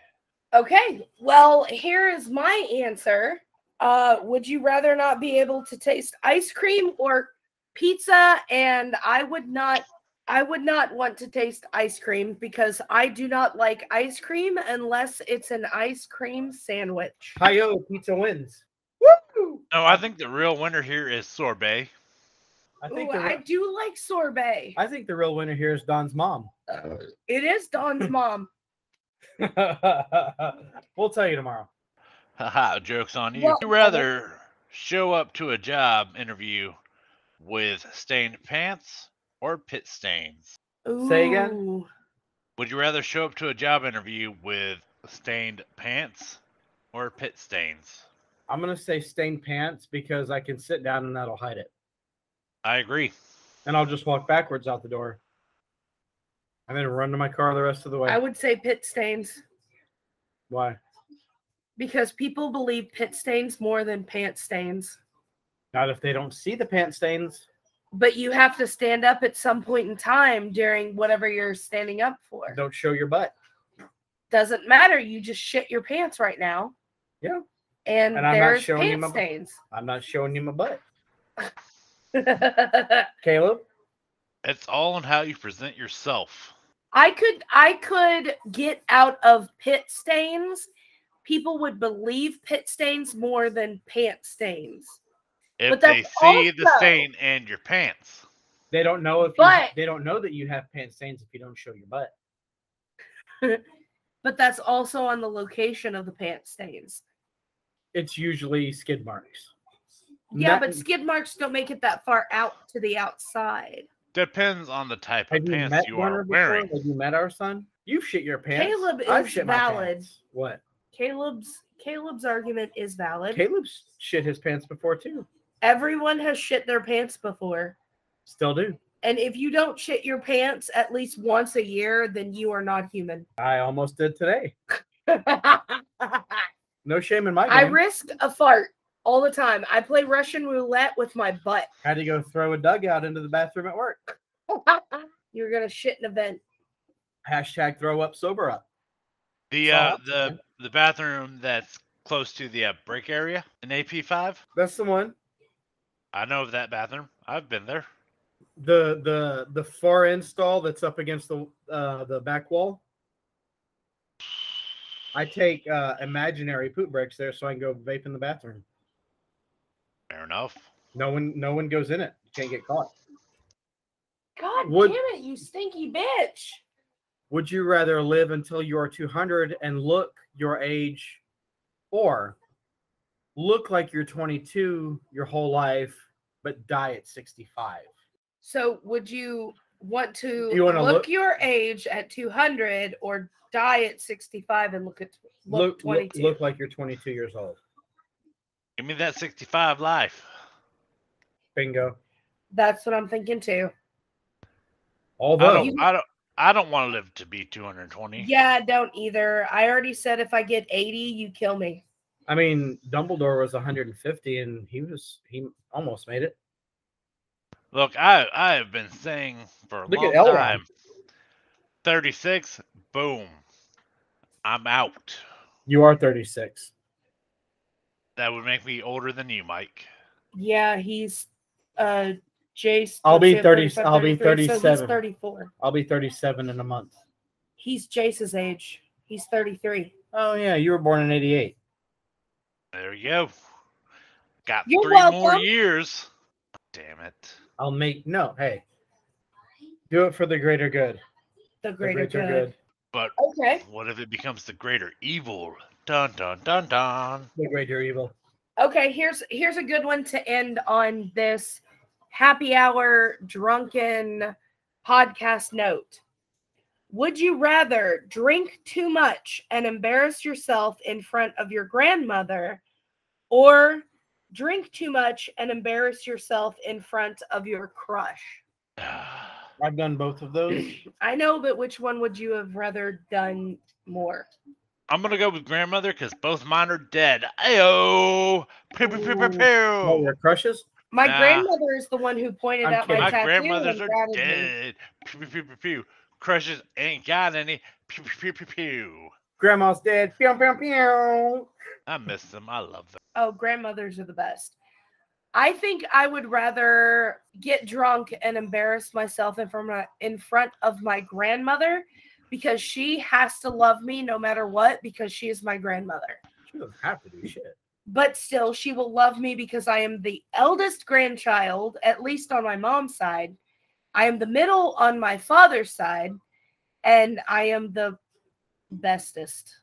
Speaker 2: Okay. Well, here is my answer. Uh, would you rather not be able to taste ice cream or pizza? And I would not. I would not want to taste ice cream because I do not like ice cream unless it's an ice cream sandwich.
Speaker 1: Hi-yo, pizza wins.
Speaker 2: Woo!
Speaker 3: No, I think the real winner here is sorbet.
Speaker 1: I think
Speaker 2: Ooh,
Speaker 1: the
Speaker 2: I
Speaker 1: re-
Speaker 2: do like sorbet.
Speaker 1: I think the real winner here is Don's mom. *laughs*
Speaker 2: It is
Speaker 1: *clears throat*
Speaker 2: Dawn's mom.
Speaker 1: we'll tell you tomorrow.
Speaker 3: Haha, joke's on you.
Speaker 2: Well-
Speaker 3: Would you rather show up to a job interview with stained pants or pit stains?
Speaker 1: Say again?
Speaker 2: Ooh.
Speaker 3: Would you rather show up to a job interview with stained pants or pit stains?
Speaker 1: I'm gonna say stained pants because I can sit down and that'll hide it,
Speaker 3: I agree.
Speaker 1: and I'll just walk backwards out the door, and then run to my car the rest of the way.
Speaker 2: I would say pit stains
Speaker 1: Why?
Speaker 2: because people believe pit stains more than pant stains.
Speaker 1: Not if they don't see the pant stains.
Speaker 2: but you have to stand up at some point in time during whatever you're standing up for.
Speaker 1: Don't show your butt.
Speaker 2: Doesn't matter. You just shit your pants right now.
Speaker 1: Yeah.
Speaker 2: And,
Speaker 1: And I'm not
Speaker 2: there's
Speaker 1: showing you
Speaker 2: pant
Speaker 1: my butt.
Speaker 2: stains. *laughs*
Speaker 1: I'm not showing you my butt,
Speaker 2: I
Speaker 1: Caleb.
Speaker 3: It's all on how you present yourself.
Speaker 2: could I could get out of pit stains. People would believe pit stains more than pant stains.
Speaker 3: If
Speaker 2: But
Speaker 3: they
Speaker 2: that's
Speaker 3: see the
Speaker 2: also-
Speaker 3: stain and your pants,
Speaker 1: They don't know if you,
Speaker 2: But-
Speaker 1: they don't know that you have pants stains if you don't show your butt.
Speaker 2: But that's also on the location of the pant stains.
Speaker 1: It's usually skid marks.
Speaker 2: Yeah,
Speaker 1: Not-
Speaker 2: but skid marks don't make it that far out to the outside.
Speaker 3: depends on the type of
Speaker 1: have you
Speaker 3: pants
Speaker 1: met
Speaker 3: you
Speaker 1: Warner
Speaker 3: are
Speaker 1: before?
Speaker 3: wearing.
Speaker 1: Have you met our son? You shit your pants.
Speaker 2: Caleb
Speaker 1: I've
Speaker 2: is
Speaker 1: shit my
Speaker 2: valid.
Speaker 1: pants. What?
Speaker 2: Caleb's Caleb's argument is valid.
Speaker 1: Caleb's shit his pants before too.
Speaker 2: Everyone has shit their pants before.
Speaker 1: Still do.
Speaker 2: And if you don't shit your pants at least once a year, then you are not human. *laughs*
Speaker 1: I almost did today.
Speaker 2: I
Speaker 1: No shame in my game.
Speaker 2: risk a fart all the time. I play Russian roulette with my *laughs* butt.
Speaker 1: Had to go throw a dugout into the bathroom at work.
Speaker 2: You're gonna shit an event.
Speaker 1: Hashtag throw up sober up.
Speaker 3: The
Speaker 1: Well,
Speaker 3: uh,
Speaker 1: that's
Speaker 3: the the bathroom that's close to the uh, break area in AP five.
Speaker 1: That's the one.
Speaker 3: I know of that bathroom. I've been there.
Speaker 1: The the the far end stall that's up against the uh, the back wall. I take uh, imaginary poop breaks there so I can go vape in the bathroom.
Speaker 3: Fair enough.
Speaker 1: No one no one goes in it. Can't get caught.
Speaker 2: God
Speaker 1: Would-
Speaker 2: damn it, you stinky bitch.
Speaker 1: Would you rather live until you are 200 and look your age or look like you're 22 your whole life but die at 65?
Speaker 2: So would you want to
Speaker 1: Do you wanna
Speaker 2: look,
Speaker 1: look-
Speaker 2: your age at 200 or die at 65 and look at
Speaker 1: Look,
Speaker 2: look,
Speaker 1: look
Speaker 2: 22?
Speaker 1: look like you're 22 years old.
Speaker 3: Give me that sixty five life.
Speaker 1: Bingo.
Speaker 2: That's what I'm thinking too.
Speaker 3: I
Speaker 1: Although
Speaker 3: don't. I don't. I don't want to live to be two hundred twenty.
Speaker 2: Yeah, I don't either. I already said if I get 80, you kill me.
Speaker 1: I mean Dumbledore was 150 and he was he almost made it.
Speaker 3: Look, I I have been saying for a
Speaker 1: Look
Speaker 3: long
Speaker 1: at Elrond.
Speaker 3: time. Thirty six. Boom. I'm out.
Speaker 1: You are 36.
Speaker 3: That would make me older than you, Mike.
Speaker 2: Yeah, he's uh Jace.
Speaker 1: I'll
Speaker 2: let's
Speaker 1: be
Speaker 2: see, I'm
Speaker 1: 30
Speaker 2: 35,
Speaker 1: I'll be
Speaker 2: 33, so he's
Speaker 1: 37.
Speaker 2: 34.
Speaker 1: I'll be 37 in a month.
Speaker 2: He's Jace's age. He's 33.
Speaker 1: Oh yeah, you were born in 88.
Speaker 3: There you go. Got
Speaker 2: You're
Speaker 3: three more
Speaker 2: welcome.
Speaker 3: years. Damn it.
Speaker 1: I'll make no, hey. Do it for the greater good.
Speaker 2: The
Speaker 1: The
Speaker 2: greater good.
Speaker 3: But
Speaker 2: Okay.
Speaker 3: what if it becomes the greater evil? Dun dun dun dun. *sighs*
Speaker 1: The greater evil.
Speaker 2: Okay, here's here's a good one to end on this happy hour drunken podcast note. Would you rather drink too much and embarrass yourself in front of your grandmother or drink too much and embarrass yourself in front of your crush?
Speaker 1: I've done both of *clears throat* those.
Speaker 2: I know, but which one would you have rather done more?
Speaker 3: I'm gonna go with grandmother because both mine are dead. Ayo. Pew, pew, pew, pew,
Speaker 2: Ooh.
Speaker 1: Oh,
Speaker 3: pew.
Speaker 1: your crushes?
Speaker 2: My
Speaker 3: Nah.
Speaker 2: grandmother is the one who pointed
Speaker 1: I'm
Speaker 2: out
Speaker 1: kidding.
Speaker 2: my
Speaker 3: My
Speaker 2: tattoo.
Speaker 3: grandmothers
Speaker 2: and
Speaker 3: are
Speaker 2: ratted me.
Speaker 3: dead. Pew, pew, pew, pew, pew. Crushes ain't got any. Pew, pew, pew, pew, pew.
Speaker 1: Grandma's dead. Pew, pew, pew.
Speaker 3: I miss them. I love them.
Speaker 2: Oh, grandmothers are the best. I think I would rather get drunk and embarrass myself in front of my, in front of my grandmother because she has to love me no matter what because she is my grandmother.
Speaker 1: She doesn't have to do shit.
Speaker 2: But still, she will love me because I am the eldest grandchild, at least on my mom's side. I am the middle on my father's side, and I am the bestest.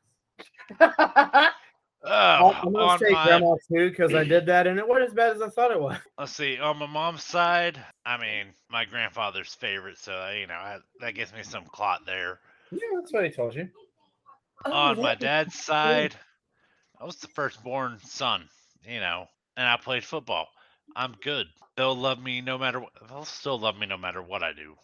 Speaker 2: *laughs*
Speaker 3: Oh,
Speaker 1: I'm
Speaker 3: on
Speaker 1: going to say
Speaker 3: my-
Speaker 1: grandma too because I did that and it wasn't as bad as I thought it was.
Speaker 3: let's see. On my mom's side, I mean, my grandfather's favorite, so uh, you know I, that gives me some clot there.
Speaker 1: *laughs* Yeah, that's what he told you.
Speaker 2: Oh,
Speaker 3: on
Speaker 2: that
Speaker 3: my
Speaker 2: is
Speaker 3: dad's side, I was the firstborn son, you know, and I played football. I'm good. They'll love me no matter what. They'll still love me no matter what I do.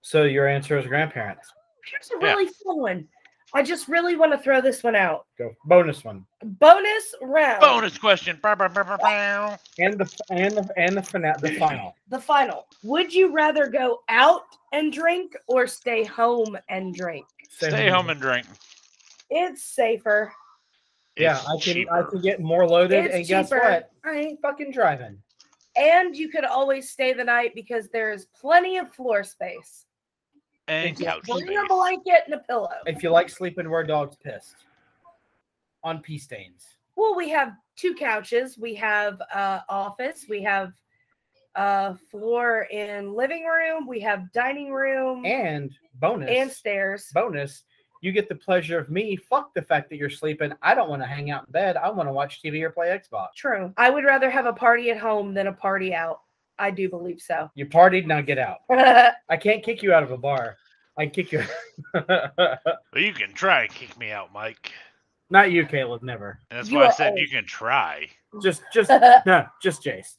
Speaker 1: So your answer is grandparents.
Speaker 2: Here's a
Speaker 3: Yeah.
Speaker 2: really fun one. I just really want to throw this one out.
Speaker 1: Go bonus one.
Speaker 2: Bonus round.
Speaker 3: Bonus question. Bow, bow, bow, bow, bow.
Speaker 1: And the and the and the final
Speaker 3: *clears throat*
Speaker 1: the final.
Speaker 2: The final. Would you rather go out and drink or stay home and drink?
Speaker 1: Stay
Speaker 3: Stay home and drink.
Speaker 2: It's safer.
Speaker 1: yeah,
Speaker 3: It's
Speaker 1: I can I
Speaker 3: cheaper.
Speaker 1: can get more loaded
Speaker 2: It's
Speaker 1: and guess
Speaker 2: cheaper.
Speaker 1: what? I ain't fucking driving.
Speaker 2: And you could always stay the night because there is plenty of floor space.
Speaker 3: and
Speaker 1: Exactly.
Speaker 3: couch
Speaker 2: Plenty of
Speaker 3: space.
Speaker 2: blanket and a pillow.
Speaker 1: If you like sleeping where dogs pissed. On pee stains.
Speaker 2: Well, we have two couches. We have uh, office. We have uh, floor and living room. We have dining room and,
Speaker 1: And bonus,
Speaker 2: stairs.
Speaker 1: bonus, you get the pleasure of me. Fuck the fact that you're sleeping. I don't want to hang out in bed. I want to watch TV or play Xbox.
Speaker 2: True. I would rather have a party at home than a party out. I do believe so. *laughs*
Speaker 1: You partied, now get out.
Speaker 2: I
Speaker 1: I can't kick you out of a bar. I can kick you. *laughs*
Speaker 3: Well, you can try and kick me out, Mike.
Speaker 1: Not you, Caleb. Never.
Speaker 3: That's
Speaker 2: You
Speaker 3: why I
Speaker 2: are
Speaker 3: said
Speaker 2: old.
Speaker 3: you can try. *laughs*
Speaker 1: Just,
Speaker 2: *laughs*
Speaker 1: just no, just Jace.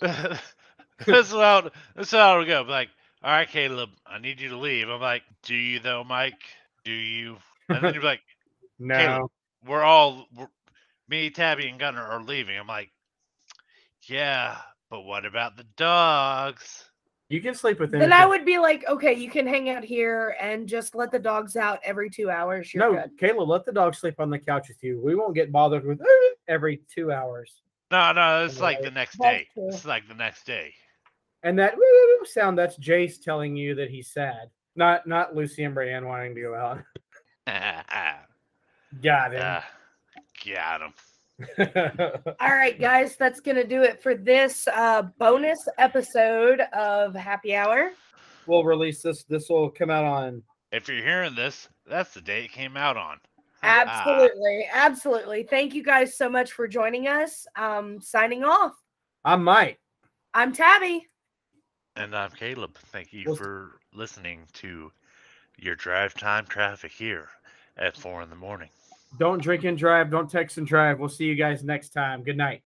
Speaker 3: that's how that's how it would go. Like, all right, Caleb, I need you to leave. I'm like, do you though, Mike? Do you?
Speaker 1: *laughs*
Speaker 3: And then you're like,
Speaker 1: No,
Speaker 3: Caleb. we're all, we're, me, Tabby, and Gunner are leaving. I'm like, yeah, but what about the dogs?
Speaker 1: you can sleep with him.
Speaker 2: then I would be like, okay, you can hang out here and just let the dogs out every two hours. You're
Speaker 1: No,
Speaker 2: good.
Speaker 1: Caleb, let the dog sleep on the couch with you. We won't get bothered with uh, every two hours.
Speaker 3: No, no, it's like the
Speaker 1: Right.
Speaker 3: next
Speaker 2: That's
Speaker 3: day.
Speaker 2: true.
Speaker 3: It's like the next day. *laughs*
Speaker 1: And that sound, that's Jace telling you that he's sad. Not not Lucy and Brianne wanting to go out.
Speaker 3: Ah,
Speaker 1: Got
Speaker 3: got Ah, him.
Speaker 1: *laughs* it.
Speaker 2: All right, guys, that's going to do it for this uh, bonus episode of Happy Hour.
Speaker 1: we'll release this. This will come out on
Speaker 3: If you're hearing this, that's the day it came out on. Ah,
Speaker 2: Absolutely. Absolutely. Thank you guys so much for joining us. Um, signing off.
Speaker 1: I might.
Speaker 2: I'm Tabby.
Speaker 3: And I'm Caleb. Thank you
Speaker 1: Well-
Speaker 3: for listening to your drive time traffic here at four in the morning.
Speaker 1: Don't drink and drive. Don't text and drive. We'll see you guys next time. Good night.